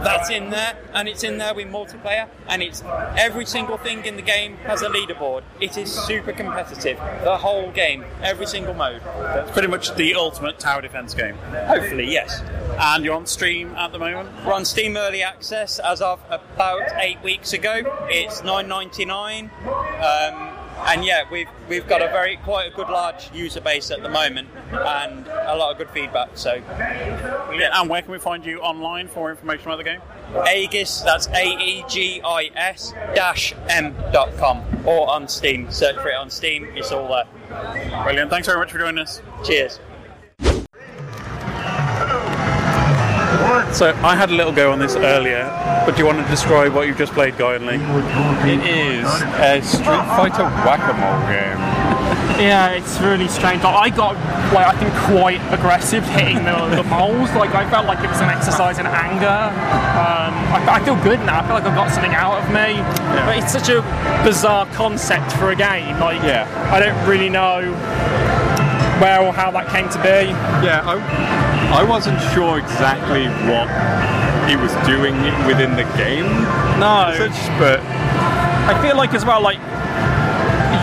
That's in there, and it's in there with multiplayer, and it's every single thing in the game has a leaderboard. It is super competitive. The whole game, every single mode.
That's pretty much the ultimate tower defense game.
Hopefully, yes.
And you're on stream at the moment.
We're on Steam Early Access as of about eight weeks ago. It's nine ninety nine, um, and yeah, we've we've got a very quite a good large user base at the moment, and a lot of good feedback. So
Yeah, and where can we find you online for information about the game?
Aegis, that's A E G I S dash M dot com, or on Steam. Search for it on Steam. It's all there.
Brilliant. Thanks very much for joining us.
Cheers.
So I had a little go on this earlier, but do you want to describe what you've just played, Guy and Lee?
It is a Street Fighter whack-a-mole game.
Yeah, it's really strange. Like, I got, like, I think quite aggressive hitting the, the moles. Like, I felt like it was an exercise in anger. Um, I, I feel good now. I feel like I've got something out of me. But it's such a bizarre concept for a game. Like,
Yeah.
I don't really know where or how that came to be.
Yeah, I, I wasn't sure exactly what he was doing within the game.
No.
Such, but
I feel like as well, like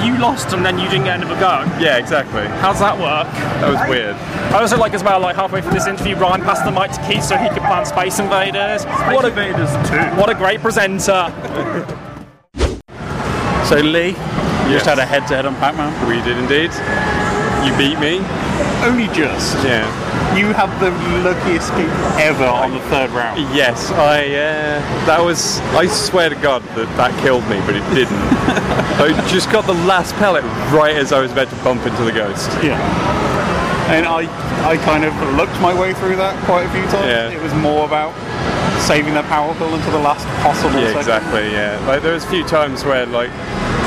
you lost and then you didn't get another go.
yeah, exactly.
How's that work?
That was weird.
I also like as well, like halfway through this interview, Ryan passed the mic to Keith so he could plan Space Invaders. what a, Invaders too. What a great presenter.
So Lee, you
Yes.
just had a head-to-head on Pac-Man.
We did indeed. You beat me.
Only just.
Yeah. Um,
You have the luckiest kick ever on the third round.
Yes, I. Uh, that was. I swear to God that that killed me, but it didn't. I just got the last pellet right as I was about to bump into the ghost.
Yeah. And I, I kind of looked my way through that quite a few times.
Yeah.
It was more about saving the power bill until the last possible
Yeah,
second.
exactly. Yeah, like there was a few times where like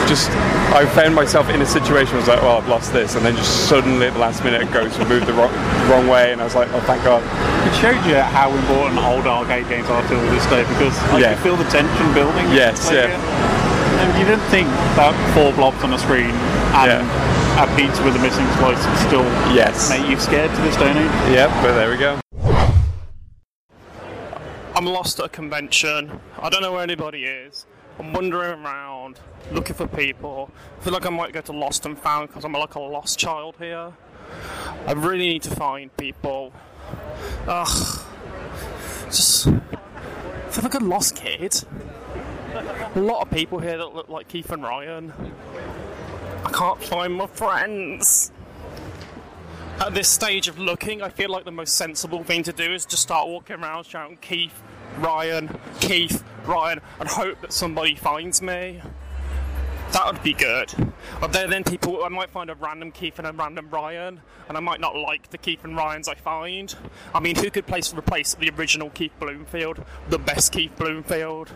just I found myself in a situation where I was like, well, I've lost this, and then just suddenly at the last minute, a ghost would move the wrong, wrong way, and I was like, oh, thank God.
It showed you how important old arcade games are till this day because like,
Yeah.
you feel the tension building.
Yes,
Like,
yeah.
uh, And you didn't think that four blobs on a screen and a pizza with a missing slice would still
yes.
make you scared to this day and age.
Yep, but there we go.
I'm lost at a convention. I don't know where anybody is. I'm wandering around looking for people. I feel like I might go to Lost and Found because I'm like a lost child here. I really need to find people. Ugh. Just. I feel like a lost kid. A lot of people here that look like Keith and Ryan.
can't find my friends. At this stage of looking, I feel like the most sensible thing to do is just start walking around shouting Keith, Ryan, Keith, Ryan, and hope that somebody finds me. That would be good. But then, then people, I might find a random Keith and a random Ryan, and I might not like the Keith and Ryans I find. I mean, who could place replace the original Keith Bloomfield, the best Keith Bloomfield?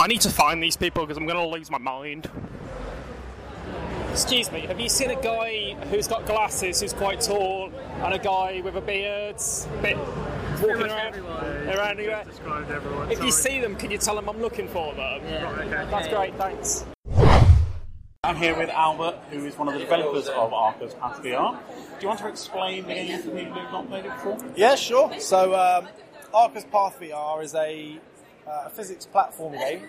I need to find these people because I'm going to lose my mind. Excuse me, have you seen a guy who's got glasses, who's quite tall, and a guy with a beard, bit walking
much
around,
Yeah,
around
you
anywhere?
just described everyone,
If you
sorry.
see them, can you tell them I'm looking for them? That's great, thanks.
I'm here with Albert, who is one of the developers of Arca's Path VR. Do you want to explain the game for people who've not played it before?
Yeah, sure. So, um, Arca's Path VR is a, uh, a physics platform game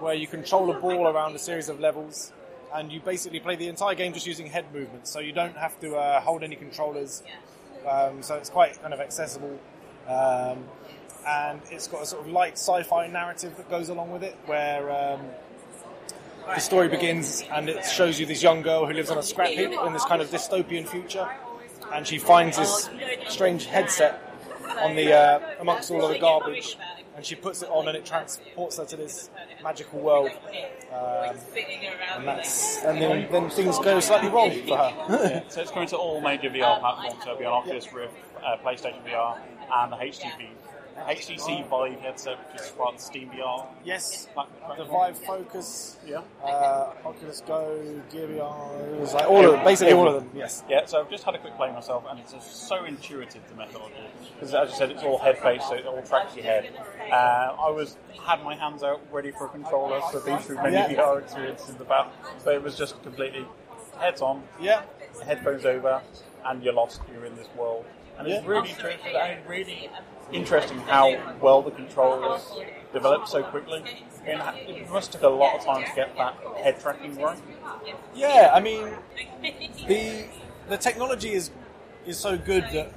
where you control a ball around a series of levels, and you basically play the entire game just using head movement. So you don't have to uh, hold any controllers. Um, so it's quite kind of accessible, um, and it's got a sort of light sci-fi narrative that goes along with it, where um, the story begins and it shows you this young girl who lives on a scrap heap in this kind of dystopian future, and she finds this strange headset on the uh, amongst all of the garbage, and she puts it on and it transports her to this magical world. Um, and that's and then, then things go slightly wrong for her.
Yeah, Um, so it's coming to all major VR platforms. So it'll be on Oculus Rift, uh, PlayStation VR, and the HTC HTC Vive headset, which is part of the Steam VR.
Yes,
the
Vive Focus,
yeah,
uh, Oculus Go, Gear VR, it was like all of, basically all of them. Yes.
Yeah. So I've just had a quick play myself, and it's just so intuitive the methodology because, as I said, it's all head-based, so it all tracks your head. Uh, I was had my hands out ready for a controller. So I've been through many
Yeah.
VR experiences in the past, but it was just completely heads on.
Yeah.
Headphones over, and you're lost. You're in this world, and it's
Yeah.
really interesting. and Really interesting how well the controllers developed so quickly. And it must have took a lot of time to get that head tracking right.
Yeah, I mean, the the technology is is so good that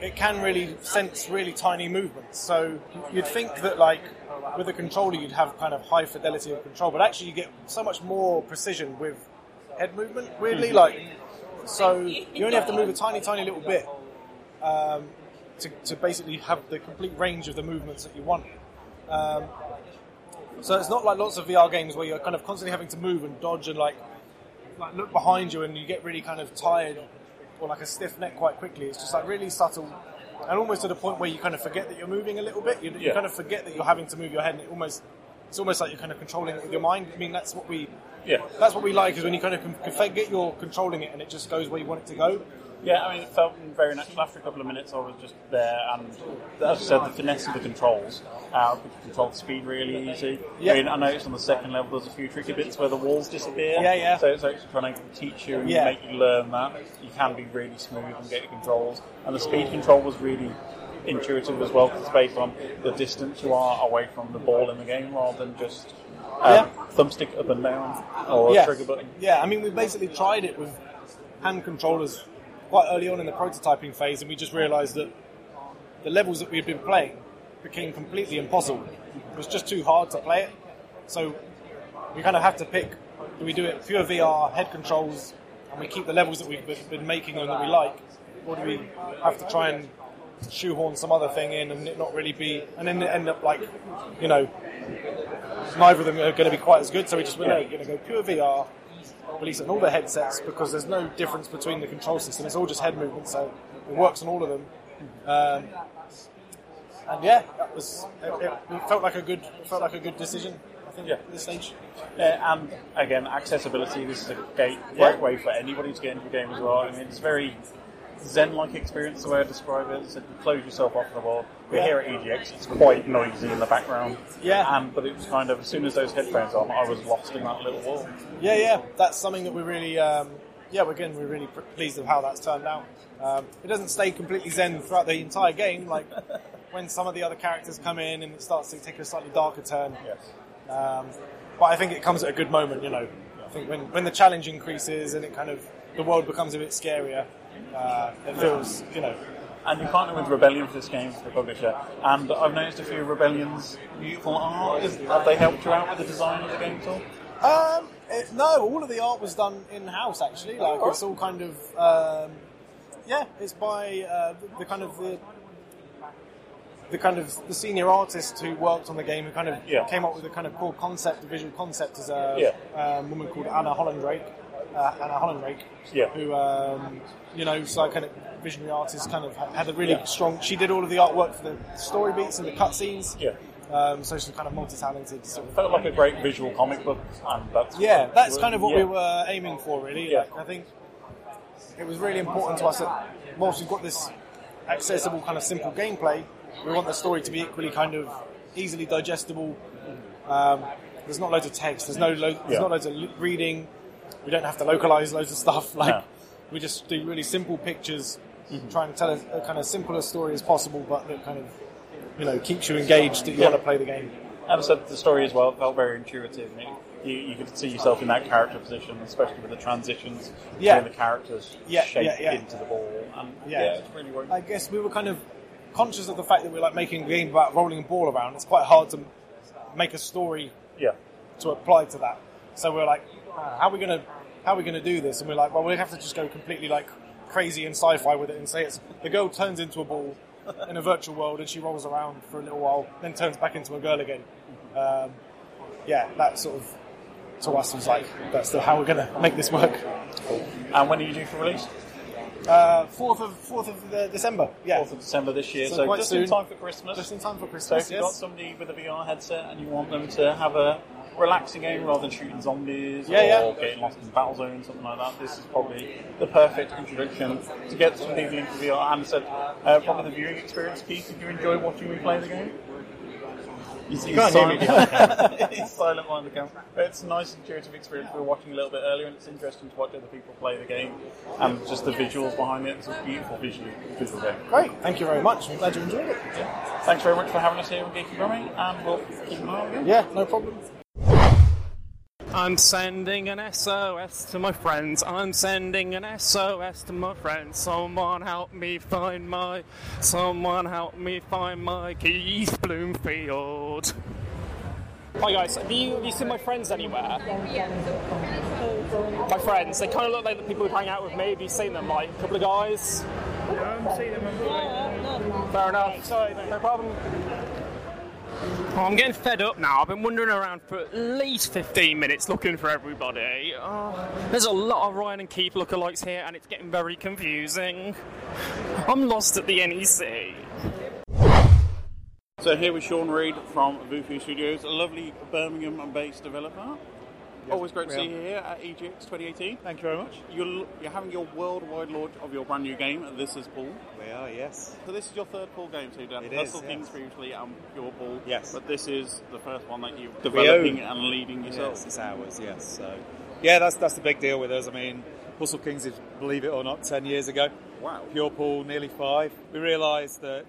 it can really sense really tiny movements. So you'd think that like with a controller you'd have kind of high fidelity of control, but actually you get so much more precision with head movement. Weirdly,
Mm-hmm.
Mhm.
like so you only have to move a tiny, tiny little bit um, to to basically have the complete range of the movements that you want. Um, so it's not like lots of VR games where you're kind of constantly having to move and dodge and like like look behind you and you get really kind of tired or like a stiff neck quite quickly. It's just like really subtle and almost to the point where you kind of forget that you're moving a little bit. You, you
Yeah.
kind of forget that you're having to move your head and it almost it's almost like you're kind of controlling it with your mind. I mean that's what we
Yeah.
that's what we like is when you kind of can can forget you're controlling it and it just goes where you want it to go.
Yeah, I mean, it felt very natural. After a couple of minutes, I was just there, and as I said, the finesse of the controls. Uh, I could control the speed really easy.
Yeah.
I mean, I noticed on the second level there's a few tricky bits where the walls disappear.
Yeah, yeah.
So it's actually trying to teach you and
Yeah.
make you learn that. You can be really smooth and get your controls. And the speed control was really intuitive as well, 'cause it's based on the distance you are away from the ball in the game rather than just uh, thumbstick up and down or
yeah.
Oh, trigger button.
Yeah, I mean, we basically tried it with hand controllers quite early on in the prototyping phase, and we just realised that the levels that we had been playing became completely impossible. It was just too hard to play it. So we kind of have to pick do we do it pure VR, head controls, and we keep the levels that we've been- been making and that we like, or do we have to try and shoehorn some other thing in and it not really be, and then end up like, you know, neither of them are going to be quite as good. So we just went,
Yeah.
no, we're going to go pure VR, release it on all the headsets because there's no difference between the control system. It's all just head movement, so it works on all of them. Um, and yeah, that was it, it, it felt like a good felt like a good decision. I think at this stage.
Yeah, Uh, and again, accessibility. This is a gate,
Yeah.
great way for anybody to get into the game as well. I mean, it's very zen-like experience the way I describe it. So you close yourself off the wall. We're
Yeah.
here at EGX. It's quite noisy in the background.
Yeah.
Um, but it was kind of as soon as those headphones on, I was lost in that little wall.
Yeah, yeah, that's something that we're really, um, yeah, we're- again, we're really pr- pleased with how that's turned out. Um, it doesn't stay completely zen throughout the entire game. Like when some of the other characters come in and it starts to take a slightly darker turn. Yes. Um, but I think it comes at a good moment, you know. I think when, when the challenge increases and it kind of the world becomes a bit scarier, uh, it feels, you know.
And you partner with Rebellion for this game, the publisher. And I've noticed a few Rebellion's beautiful art. Is- Have they helped you out with the design of the game at all?
Um, It, no, all of the art was done in house actually. Like
Oh.
it's all kind of um, yeah, it's by uh, the, the kind of the, the kind of the senior artist who worked on the game who kind of
Yeah.
came up with the kind of core concept, the visual concept, is a
Yeah.
um, woman called Anna Hollandrake. Uh, Anna Hollandrake,
Yeah.
who um, you know, so I kind of visionary artist, kind of had a really
Yeah.
strong. She did all of the artwork for the story beats and the cutscenes.
Yeah.
Um, so she's kind of multi-talented. Sort of
Felt like a great visual comic book, and that's
yeah, that's kind of what we
yeah.
were aiming for, really.
Yeah.
Like, I think it was really important to us that whilst we've got this accessible kind of simple gameplay, we want the story to be equally kind of easily digestible. Um, there's not loads of text. There's no lo- there's
Yeah.
not loads of l- reading. We don't have to localize loads of stuff. Like
No. Mm-hmm.
we just do really simple pictures, try and tell a, a kind of simpler story as possible, but that kind of you know keeps you engaged that you
Yeah.
want to play the game.
And so the story as well felt very intuitive. and it- You, you could see yourself in that character position, especially with the transitions
Yeah.
between the characters
Yeah,
shaped
yeah, yeah.
into the ball. And
Yeah.
it's really worked.
I guess we were kind of conscious of the fact that we're like making a game about rolling a ball around. It's quite hard to make a story
Yeah.
to apply to that. So we're like, "Ah, how are we gonna how are we gonna do this? And we're like, well, we have to just go completely like crazy and sci-fi with it and say it's the girl turns into a ball in a virtual world and she rolls around for a little while, then turns back into a girl again. Um, yeah, that sort of to us was like that's the, how we're gonna make this work.
And when are you due for release?
Uh, fourth of fourth of the December. Yeah, fourth
of December this year.
So,
So
quite
just
soon.
in time for Christmas.
Just in time for
So
Christmas.
if you've got
yes.
somebody with a VR headset and you want them to have a relaxing game rather than shooting zombies
Yeah, yeah.
or getting lost in the battle zone, something like that, this is probably the perfect introduction to get some people into VR. And said, uh, probably the viewing experience piece. Did you enjoy watching me play the game?
You
see,
can't hear me,
silent- He's silent behind the camera. But it's a nice intuitive experience. We were watching a little bit earlier, and it's interesting to watch other people play the game and just the visuals behind it. It's a beautiful visual, visual game.
Great. Thank you very much. I'm glad you enjoyed it.
Thanks very much for having us here on Geeky Brummy, and um, we'll keep an eye on you.
Yeah, no problem.
I'm sending an SOS to my friends. I'm sending an SOS to my friends. Someone help me find my. Someone help me find my Keith Bloomfield. Hi guys, have you, have you seen my friends anywhere? My friends, they kind of look like the people who hang out with me. Have you seen them? Like a couple of guys? Yeah, I've seen them. Fair enough. Sorry, no problem. Oh, I'm getting fed up now. I've been wandering around for at least 15 minutes looking for everybody. Oh, there's a lot of Ryan and Keith lookalikes here, and it's getting very confusing. I'm lost at the E NEC.
So here with Sean Reed from Vufu Studios, a lovely Birmingham-based developer. Always great to
we
see
are.
you here at EGX 2018. Thank you very much. You're, you're having your worldwide launch of your brand new game, This Is Paul.
We are, yes.
So this is your third Paul game, so you've done
It is,
Hustle Things
yes.
previously and Pure Paul.
Yes.
But this is the first one that you're
We
developing
own-
and leading yourself.
Yes, it's ours, yes. So, yeah, that's that's the big deal with us. I mean, Hustle Kings is, believe it or not, 10 years ago.
Wow.
Pure Pool, nearly five. We realised that,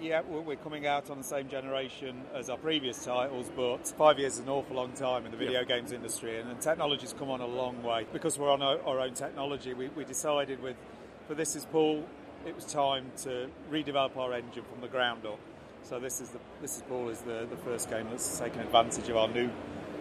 yeah, we're we're coming out on the same generation as our previous titles, but five years is an awful long time in the video games industry, and, and technology's come on a long way. Because we're on our, our own technology, we, we decided with, for This Is Paul, it was time to redevelop our engine from the ground up. So this is the this is Paul is the, the first game that's taken advantage of our new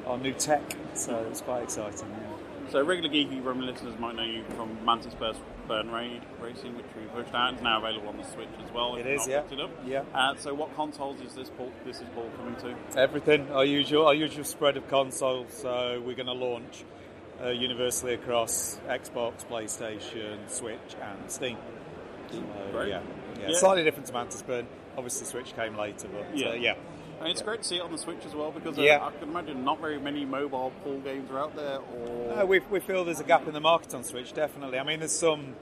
our new tech. So it's quite exciting. Yeah.
So regular Geeky Room listeners might know you from Mantis Burst Burn Raid Racing, which we pushed out. It's now available on the Switch as well.
It
if you've
is,
not
yeah.
picked It up.
Yeah.
Uh, so what consoles is this ball, this is ball coming to?
Everything our usual our usual spread of consoles. So we're going to launch uh, universally across Xbox, PlayStation, Switch, and Steam. So,
Great.
Yeah, yeah,
Yeah.
slightly different to Mantis Burn. Obviously, Switch came later, but uh,
Yeah.
yeah.
And it's great to see it on the Switch as well because uh,
Yeah.
I can imagine not very many mobile pool games are out there. Or
No, we, we feel there's a gap in the market on Switch, definitely. I mean, there's some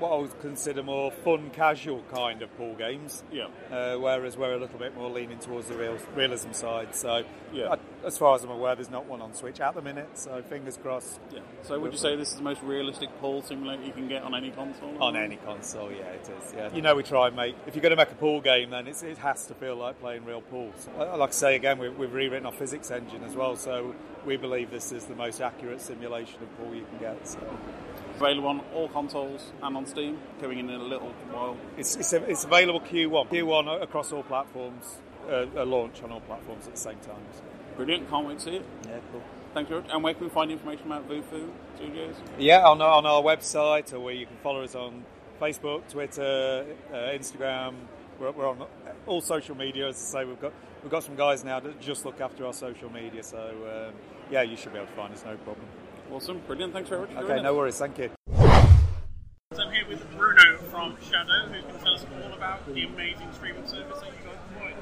what I would consider more fun, casual kind of pool games.
Yeah.
Uh, whereas we're a little bit more leaning towards the real, realism side. So,
Yeah.
I- as far as I'm aware, there's not one on Switch at the minute. So, fingers crossed.
Yeah. So would you say this is the most realistic pool simulator you can get on any console?
On any console, yeah, it is. Yeah. You know, we try and make. If you're going to make a pool game, then it's, it has to feel like playing real pool. So, li- like I say again, we've, we've rewritten our physics engine as well. So, we believe this is the most accurate simulation of pool you can get. So.
Available on all consoles and on Steam. Coming in in a little while.
It's, it's, it's available Q1. Q1 across all platforms. Uh, a, a launch on all platforms at the same time.
Brilliant, can't wait to see it.
Yeah, cool.
Thank you, and where can we find information about Vufu Studios?
Yeah, on, on our website, or where you can follow us on Facebook, Twitter, uh, Instagram. We're, we're on all social media. As I say, we've got we've got some guys now that just look after our social media. So um, yeah, you should be able to find us, no problem.
Awesome, brilliant, thanks very much. for
Okay,
joining
no
us.
worries. Thank you.
So I'm here with Bruno from Shadow, who can tell us all about the amazing streaming service that you guys provide.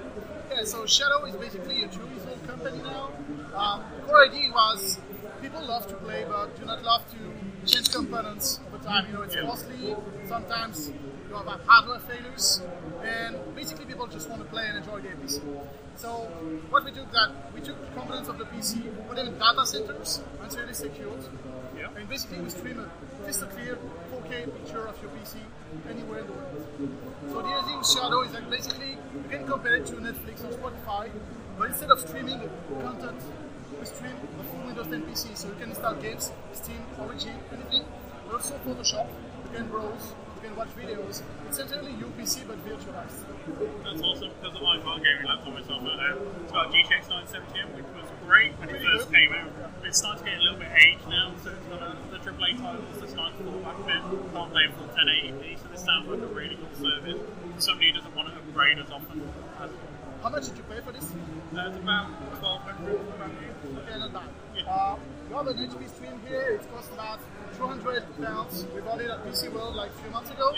Yeah, so Shadow is basically a tourism company now. Um, core idea was people love to play but do not love to change components all the time. You know, it's costly. Sometimes you have hardware failures, and basically people just want to play and enjoy their PC. So what we took that we took the components of the PC, put them in data centers, and so they're secured. Yeah. And basically we stream a crystal clear 4K picture of your PC anywhere in the world. So the idea with Shadow is that basically you can compare it to Netflix or Spotify, but instead of streaming content, we stream the full Windows 10 PC. So you can install games, Steam, Origin, anything, but also Photoshop. You can browse, you can watch videos. It's entirely UPC but virtualized.
That's awesome because I've got a gaming laptop myself at home. It's got a GTX 970M, which was great when it first came out. It's starting to get a little bit aged now, so it's got a, the AAA titles that's starting to fall back a bit. Can't play full 1080p, so this sounds like a really good service for somebody who doesn't want to upgrade as often. As,
How much did you pay for this?
uh, it's about 1200 about
Okay, not bad. Uh, you have an HP stream here. It costs about 200 pounds. We bought it at PC World like a few months ago.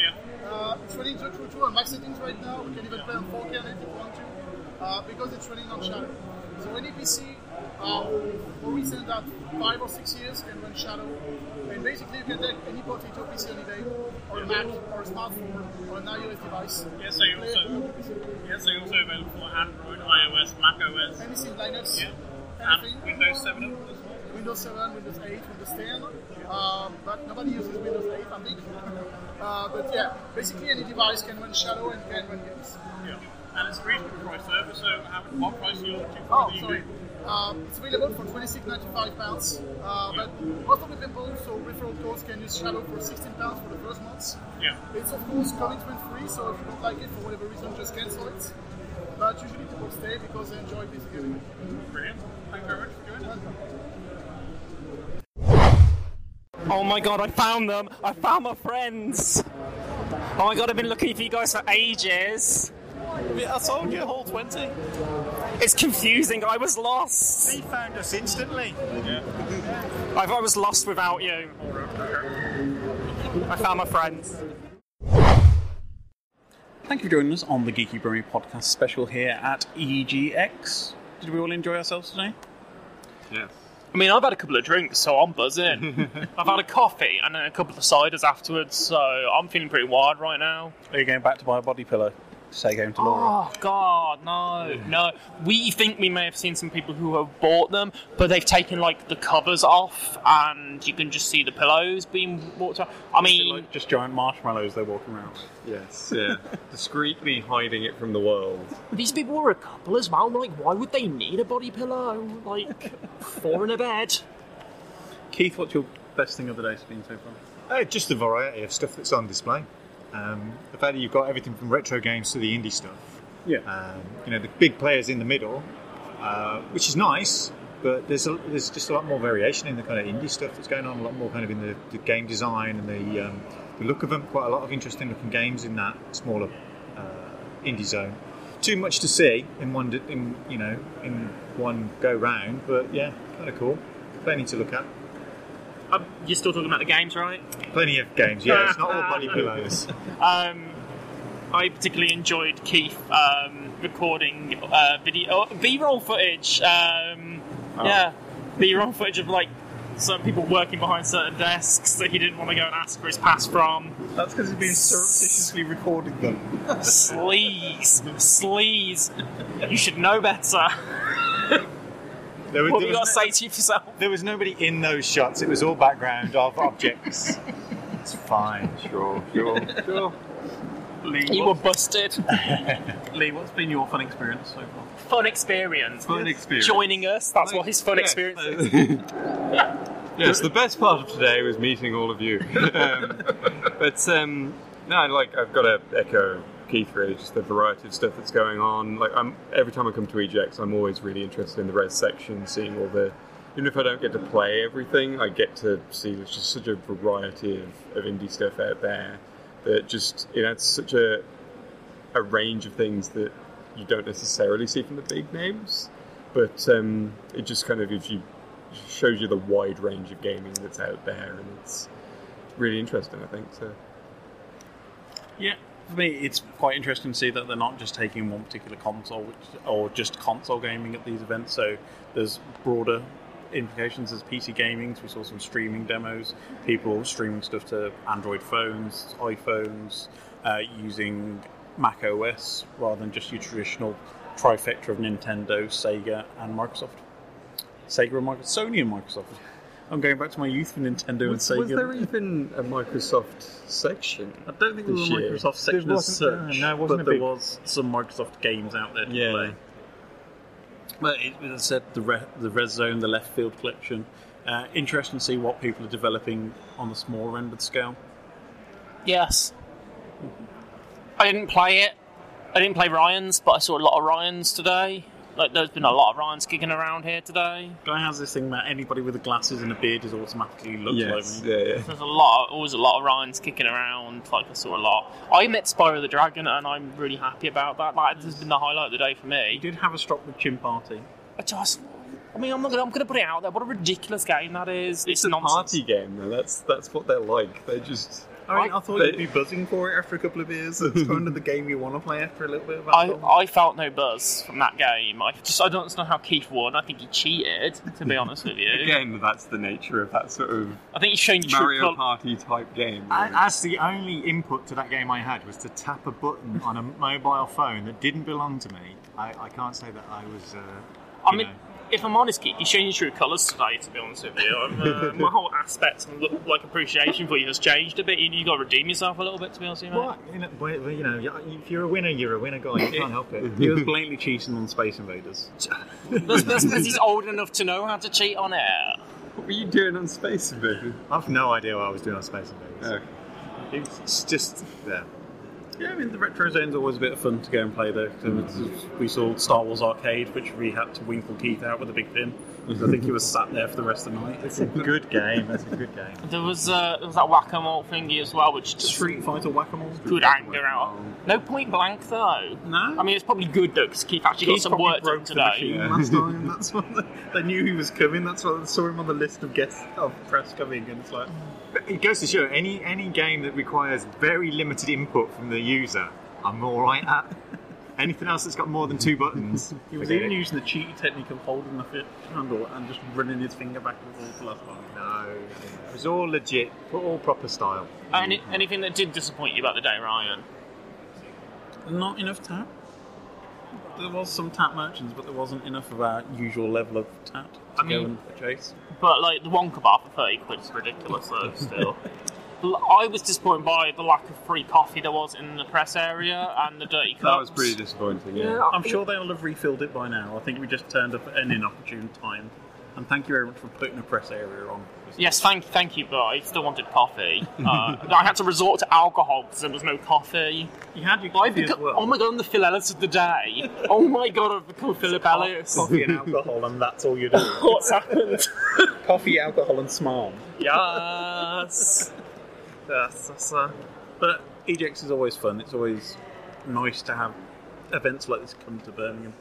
Uh, it's running to true two and max settings right now. We can even play on 4K and if you want to, uh, because it's running on Shadow. So any PC uh, for recent that five or six years can run Shadow, and basically you can take any potato PC on eBay, or a Mac, or a smartphone, or an iOS device.
Yeah, so you
Play it
also-
on your PC.
Yeah, so you're also available for Android, iOS, Mac OS.
Anything Linux.
Yeah. And Windows 7 as well.
Windows 7, Windows 8, Windows 10, um, but nobody uses Windows 8, I think. Uh, but yeah, basically any device can run Shadow and can run games.
Yeah. And it's a reasonable price server, so how, what price are you looking for?
Oh,
Do you
sorry.
do-
Um, it's available for 26.95 pounds, uh, but most of the people, so referral codes, can use Shadow for 16 pounds for the first month.
Yeah.
It's of course commitment free, so if you don't like it for whatever reason, just cancel it. But usually people stay because they enjoy this game.
Brilliant. Thank you very much for joining us.
Oh my god, I found them! I found my friends! Oh my god, I've been looking for you guys for ages! I told you, Hall 20. It's confusing, I was lost! He found us instantly. I, I was lost without you. I found my friends.
Thank you for joining us on the Geeky Brummy podcast special here at EGX. Did we all enjoy ourselves today?
Yes.
I mean, I've had a couple of drinks, so I'm buzzing. I've had a coffee and a couple of ciders afterwards, so I'm feeling pretty wired right now.
Are you going back to buy a body pillow? Say going to Laura.
Oh God, no, no. We think we may have seen some people who have bought them, but they've taken like the covers off, and you can just see the pillows being walked out.
Ah,
I mean,
Just giant marshmallows they're walking around with.
Yes, yeah. Discreetly hiding it from the world.
these people were a couple as well. Like, why would they need a body pillow? Like, four in a bed.
Keith, what's your best thing of the day's been so far?
Uh, just the variety of stuff that's on display. Um, the fact that you've got everything from retro games to the indie stuff.
Yeah.
Um, you know, the big players in the middle, uh, which is nice, but there's a, there's just a lot more variation in the kind of indie stuff that's going on. A lot more kind of in the, the game design and the um, the look of them. Quite a lot of interesting looking games in that smaller uh, indie zone. Too much to see in one d- in you know in one go round, but yeah, kind of cool. Plenty to look at.
Um, you're still talking about the games, right?
Plenty of games. Yeah, it's not all body pillows.
Um, I particularly enjoyed Keith um, recording uh, video oh, B-roll footage. Um,
Oh.
Yeah, B-roll footage of like some people working behind certain desks that he didn't want to go and ask for his pass from.
That's because he's been surreptitiously recording them.
Sleaze, sleaze. You should know better.
There was-
what
there
have you got to
was
say to yourself?
There was nobody in those shots. It was all background of objects. It's fine. Sure, sure, sure.
Lee,
You were
what's-
busted.
Lee, what's been your fun experience so far?
Fun experience.
Fun experience.
Joining us. That's what his fun
Yeah.
experience is.
Yes, the best part of today was meeting all of you. um, but um, no, like I've got to echo
Keith really, just the variety of stuff that's going on. Like I'm every time I come to EGX, I'm always really interested in the res section, seeing all the. Even if I don't get to play everything, I get to see there's just such a variety of, of indie stuff out there that just it adds such a a range of things that you don't necessarily see from the big names, but um, it just kind of gives you shows you the wide range of gaming that's out there, and it's really interesting. I think so.
Yeah, for me, it's quite interesting to see that they're not just taking one particular console, which, or just console gaming at these events. So there's broader implications. There's PC gaming. So we saw some streaming demos, people streaming stuff to Android phones, iPhones, uh, using Mac OS rather than just your traditional trifecta of Nintendo, Sega, and Microsoft. Sega and Microsoft, Sony and Microsoft. I'm going back to my youth for Nintendo
Was,
and Sega.
was there even a Microsoft section?
I don't think there was
this
a
year?
Microsoft section
There
as
wasn't,
such,
no, no, it wasn't
but
a
there
big-
was some Microsoft games out there to play. But it, as I said, the, re, the Red Zone, the Left Field collection, uh, interesting to see what people are developing on the smaller end of the scale.
Yes. I didn't play it. I didn't play Ryan's, but I saw a lot of Ryan's today. Like, there's been a lot of Ryan's kicking around here today.
Guy has this thing that anybody with the glasses and a beard is automatically looked
Yes,
like
me. Yeah,
There's a lot, always a lot of Ryan's kicking around. Like, I saw a lot. I met Spyro the Dragon, and I'm really happy about that. Like, this has been the highlight of the day for me. You
did have a strop with Chim Party.
I just, I mean, I'm not gonna, I'm gonna put it out there. What a ridiculous game that is. It's,
It's a
nonsense.
party game, though. That's that's what they're like. They're just.
I mean, I thought
they-
you'd be buzzing for it after a couple of beers. It's kind of the game you want to play after a little bit of
I,
alcohol.
I felt no buzz from that game. I just I don't know how Keith won. I think he cheated. To be honest with you,
Again, that's the nature of that sort of.
I think he's shown true
Mario
col-
Party type game.
I, that's the only input to that game I had was to tap a button on a mobile phone that didn't belong to me. I, I can't say that I was. Uh,
I mean, if I'm honest, Keith, you're showing your true colours today. To be honest with you, I'm, uh, my whole aspect and look, like appreciation for you has changed a bit. You you got to redeem yourself a little bit. To be honest with you, mate.
what? You know, well, you know, you- if you're a winner, you're a winner, guy. You can't help it.
He was blatantly cheating on Space Invaders.
That's, that's because he's old enough to know how to cheat on air.
What were you doing on Space Invaders?
I've no idea what I was doing on Space Invaders.
Oh.
It's just there.
Yeah, I mean, the retro zone's always a bit of fun to go and play there.
Mm.
'cause it's- We saw Star Wars Arcade, which we had to winkle Keith out with a big pin. 'cause I think he was sat there for the rest of the night. It's a
good game. That's a good game.
There was uh, there was that whack a mole thingy as well, which just
Street Fighter whack a mole.
Good anger out. No point blank though.
No.
I mean, it's probably good though because Keith actually
Keith
got some
probably
work done
broke the machine
today.
last time. That's what they, they knew he was coming. That's why they saw him on the list of guests of press coming, and it's like
But It goes to show any any game that requires very limited input from the user, I'm all right at. Anything else that's got more than two buttons,
He was even using the cheaty technique of holding the fit handle and just running his finger back and forth the last time.
No, it was all legit, but all proper style.
Any, anything that did disappoint you about the day, Ryan?
Not enough tap. There was some tap merchants, but there wasn't enough of our usual level of tap to
I
go
mean-
and purchase.
But like the Wonka bar for thirty quid is ridiculous though. Still, L- I was disappointed by the lack of free coffee there was in the press area and the dirty cups.
That was pretty disappointing. Yeah.
I'm sure they'll have refilled it by now. I think we just turned up at an inopportune time. And thank you very much for putting a press area on.
Yes, thank thank you, but I still wanted coffee. Uh, I had to resort to alcohol because there was no coffee.
You had your
coffee as well. Oh my god, I'm the Phil Ellis of the day. oh my god, I've become Philip Ellis.
Coffee and alcohol, and that's all you're doing.
What's happened?
Coffee, alcohol, and smarm.
yes.
Yes, that's, uh, but EGX is always fun. It's always nice to have events like this come to Birmingham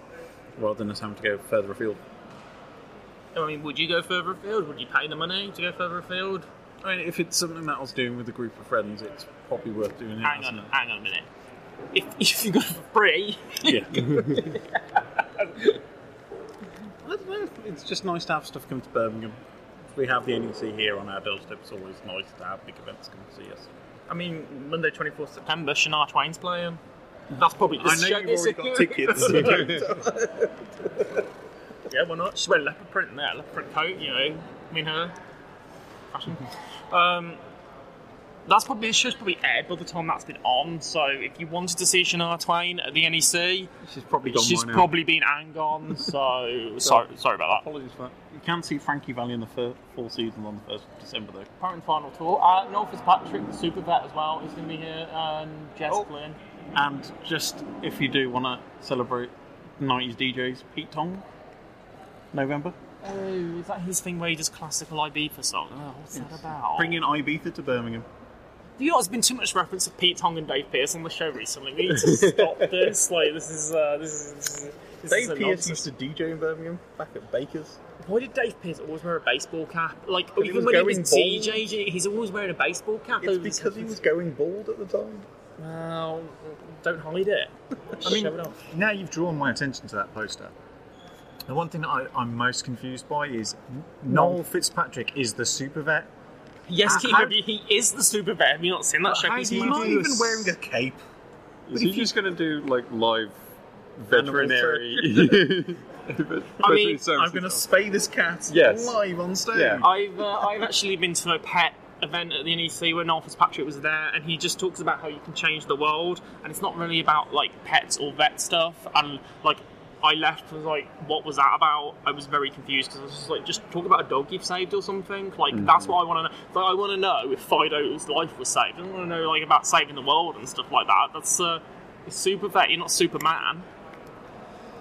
rather than us having to go further afield.
I mean, would you go further afield? Would you pay the money to go further afield?
I mean, if it's something that I was doing with a group of friends, it's probably worth doing it.
Hang on, hang on a minute. If, if you go for free,
Yeah. I don't know. It's just nice to have stuff come to Birmingham. We have the NEC here on our doorstep. It's always nice to have big events come and see us.
I mean, Monday, 24th September, Shania Twain's playing. That's probably.
I know you've already got tickets.
yeah, why not? She's wearing leopard print there, leopard print coat, you know. I mean, her fashion. Um, that's probably the show's probably aired by the time that's been on. So if you wanted to see Shania Twain at the NEC,
she's probably gone
She's
by now.
probably been ang on. So sorry, sorry about that.
Apologies for that. You can see Frankie Valley in the fir- four seasons on the 1st of December, though. Oh.
Current final tour. Uh, North is Patrick, the super vet as well, is going to be here, and um, Jess Flynn.
And just if you do want to celebrate 90s DJs, Pete Tong, November.
Oh, is that his thing where he does classical Ibiza songs? Oh, what's that about?
Bring in Ibiza to Birmingham.
You know, there's been too much reference of Pete Tong and Dave Pierce on the show recently. We need to stop this. Like, this is uh, this is this is- this is
Dave
a
Pierce
nonsense.
used to DJ in Birmingham back at Baker's.
Why did Dave Pierce always wear a baseball cap? Like,
Because he
even
was
when he was
going bald.
DJing, he's always wearing a baseball cap.
It's because he was going bald at the time.
Well, don't hide it.
I mean,
Show it off.
now you've drawn my attention to that poster. The one thing that I, I'm most confused by is N- Noel Fitzpatrick is the super vet.
Yes,
Uh,
Keith,
how-
Rugby, he is the super bear. Have you not seen that show? He's not even wearing
a cape.
Is he just going to do like live
Animal
veterinary?
surgery.
I
veterinary
mean,
services?
to spay this cat
Yes.
live on stage.
I've uh, I've actually been to a pet event at the E NEC where Noel Fitzpatrick was there, and he just talks about how you can change the world, and it's not really about like pets or vet stuff. And like, I left was like, what was that about? I was very confused because I was just like, just talk about a dog you've saved or something. Like that's what I want to know. Like, I want to know if Fido's life was saved. I want to know like about saving the world and stuff like that. That's uh, it's super vet. You're not Superman.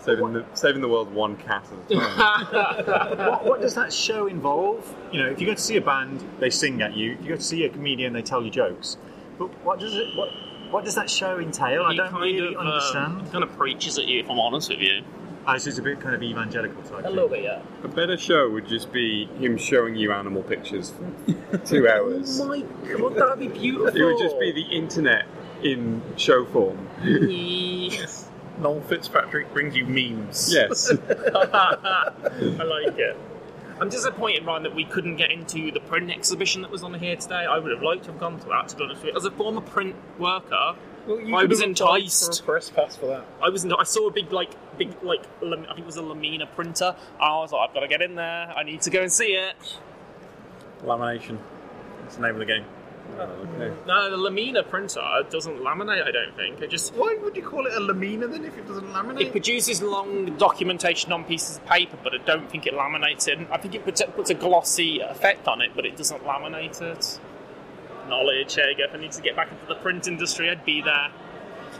saving the saving the world one cat at a time.
what, what does that show involve? You know, if you go to see a band, they sing at you. If you go to see a comedian, they tell you jokes. But what does it? What, what does that show entail? I
He
don't
kind
really
of, um,
understand.
kind of preaches at you, if I'm honest with you.
Oh, so it's a bit kind of evangelical type.
A little bit, yeah.
A better show would just be him showing you animal pictures for two hours.
My God, that'd be beautiful.
It would just be the internet in show form.
yes.
Noel Fitzpatrick brings you memes.
Yes.
I like it. I'm disappointed, Ryan, that we couldn't get into the print exhibition that was on here today. I would have liked to have gone to that, to be honest with you. As a former print worker, I was enticed.
press pass for that.
I was. I saw a big like big like Lam- I think it was a Lamina printer. And I was like, I've got to get in there. I need to go and see it.
Lamination. That's the name of the game.
Oh,
No, the Lamina printer doesn't laminate. I don't think. It just
Why would you call it a lamina then if it doesn't laminate?
It produces long documentation on pieces of paper, but I don't think it laminates it. I think it puts, it puts a glossy effect on it, but it doesn't laminate it. Knowledge, there you go. If I need to get back into the print industry, I'd be there.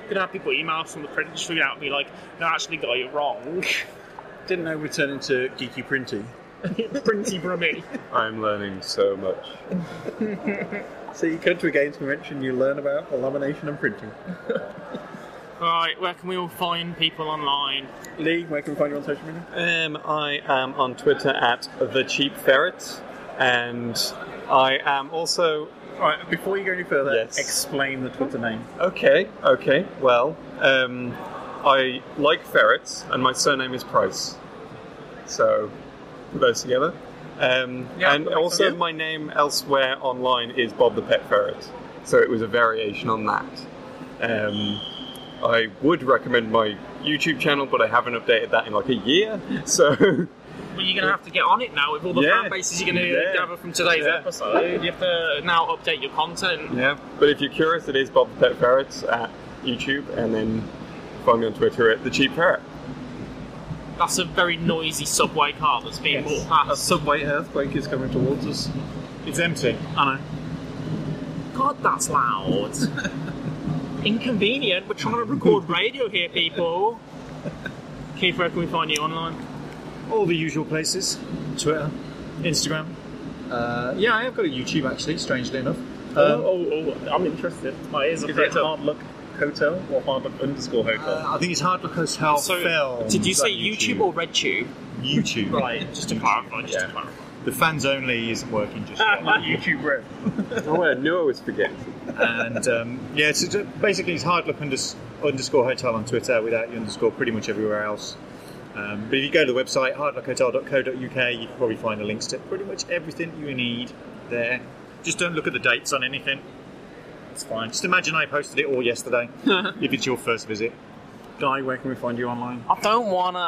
Could have people email from the print industry now and be like, no, actually, guy, you're wrong.
Didn't know we'd turn into geeky printy.
Printy Brummy.
I'm learning so much.
So you go to a games convention, you learn about lamination and printing.
Right, where can we all find people online?
Lee, where can we find you on social media?
Um, I am on Twitter at the Cheap Ferret, and I am also.
Alright, before you go any further,
Yes.
explain the Twitter name.
Okay, okay. Well, um, I like ferrets, and my surname is Price. So, put those together. Um, and also, my name elsewhere online is Bob the Pet Ferret. So, it was a variation on that. Um, I would recommend my YouTube channel, but I haven't updated that in like a year. So,
Well, you're going to have to get on it now with all the
Yeah.
fan bases you're going to
Yeah.
gather from today's
Yeah.
episode. You have to now update your content.
Yeah, but if you're curious, it is Bob the Pet Ferret at YouTube, and then find me on Twitter at the Cheap Ferret.
That's a very noisy subway car that's being brought past.
A subway earthquake is coming towards us.
It's empty. I know.
God, that's loud. Inconvenient. We're trying to record radio here, people. Keith, where can we find you online?
All the usual places: Twitter, Instagram. Uh, yeah, I have got a YouTube actually. Strangely enough. Um,
oh, oh, I'm interested. My ears are
Is
pricked
it
up.
Hard Luck Hotel or Hard Luck underscore Hotel?
Uh, I think it's Hard Luck Hotel
So,
Film.
did you say YouTube or RedTube?
YouTube?
Right, just to clarify. Just to clarify.
The fans only isn't working just yet.
YouTube Red.
Oh, I knew I was forgetting.
and um, yeah, it's, it's- basically it's hard look unders- underscore hotel on Twitter without you underscore pretty much everywhere else. Um, but if you go to the website hardluckhotel.co.uk, you can probably find the links to pretty much everything you need there. Just don't look at the dates on anything. It's fine. Just imagine I posted it all yesterday. if it's your first visit, Guy, where can we find you online?
I don't wanna.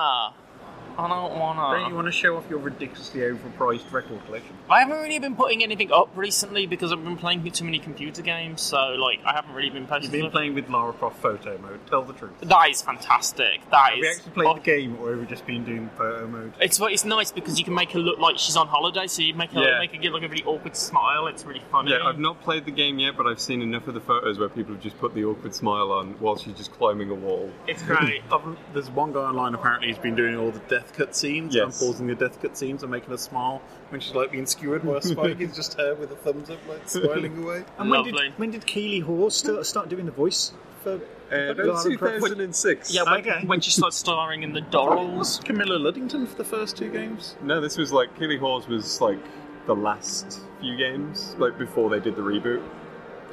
I don't wanna.
Don't you want to show off your ridiculously overpriced record collection?
I haven't really been putting anything up recently because I've been playing too many computer games, so like I haven't really been posting.
You've been
stuff.
playing with Lara Croft photo mode. Tell the truth.
That is fantastic. That
Have
is.
we actually played the game, or have we just been doing photo mode?
It's it's nice because you can make her look like she's on holiday, so you make her
Yeah.
make her give like a really awkward smile. It's really funny.
Yeah, I've not played the game yet, but I've seen enough of the photos where people have just put the awkward smile on while she's just climbing a wall.
It's great.
I've- There's one guy online apparently who's been doing all the death cut scenes and
Yes.
pausing the death cut scenes and making a smile when she's like being skewered by a spike. It's just her with a thumbs up, like smiling away.
And when did, when did Keely Hawes start, start doing the voice for
Lara
Croft?
Yeah, when,
Okay.
when she starts starring in the Dorals.
Camilla Luddington for the first two games.
No, this was like Keely Hawes was like the last few games, like before they did the reboot.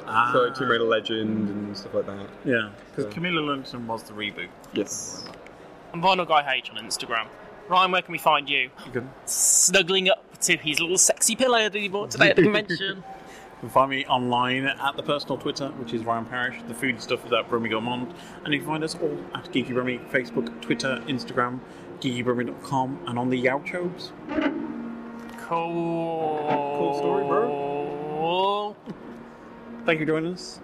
Ah.
So like, Tomb Raider Legend and stuff like that.
Yeah, because
So-
Camilla Luddington was the reboot.
Yes.
And Vinyl Guy H on Instagram. Ryan, where can we find you? Snuggling up to his little sexy pillow that he bought today at the convention.
You can find me online at the personal Twitter, which is Ryan Parrish. The food stuff is at Brummy Gourmand. And you can find us all at Geeky Brummy, Facebook, Twitter, Instagram, geekybrummy.com, and on the Yowchobes.
Cool.
Cool story,
bro.
Thank you for joining us.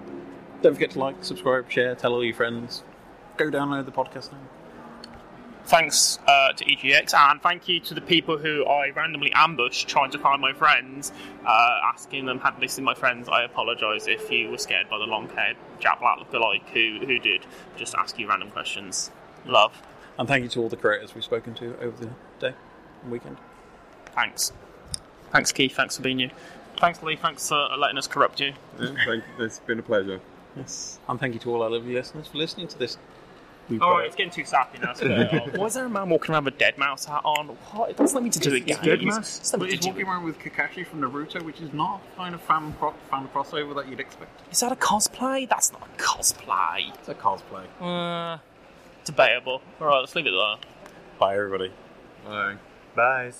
Don't forget to like, subscribe, share, tell all your friends. Go download the podcast now.
Thanks uh, to EGX, and thank you to the people who I randomly ambushed trying to find my friends, uh, asking them had they seen my friends. I apologise if you were scared by the long-haired Jack Black lookalike who who did just ask you random questions. Love.
And thank you to all the creators we've spoken to over the day and weekend.
Thanks. Thanks, Keith. Thanks for being you. Thanks, Lee. Thanks for letting us corrupt you.
Yeah, thank It's been a pleasure.
Yes. And thank you to all our lovely listeners for listening to this.
All right, it's getting too sappy now. so- uh, Why is there a man walking around with a dead mouse hat on? What? It doesn't let me to do it, guys. It's not
But
me to
he's
do
walking around with Kakashi from Naruto, which is not a kind of fan, pro- fan crossover that you'd expect.
it. Is that a cosplay? That's not a cosplay. It's
a cosplay.
Uh, debatable. All right, let's leave it there.
Bye, everybody.
Bye.
Bye.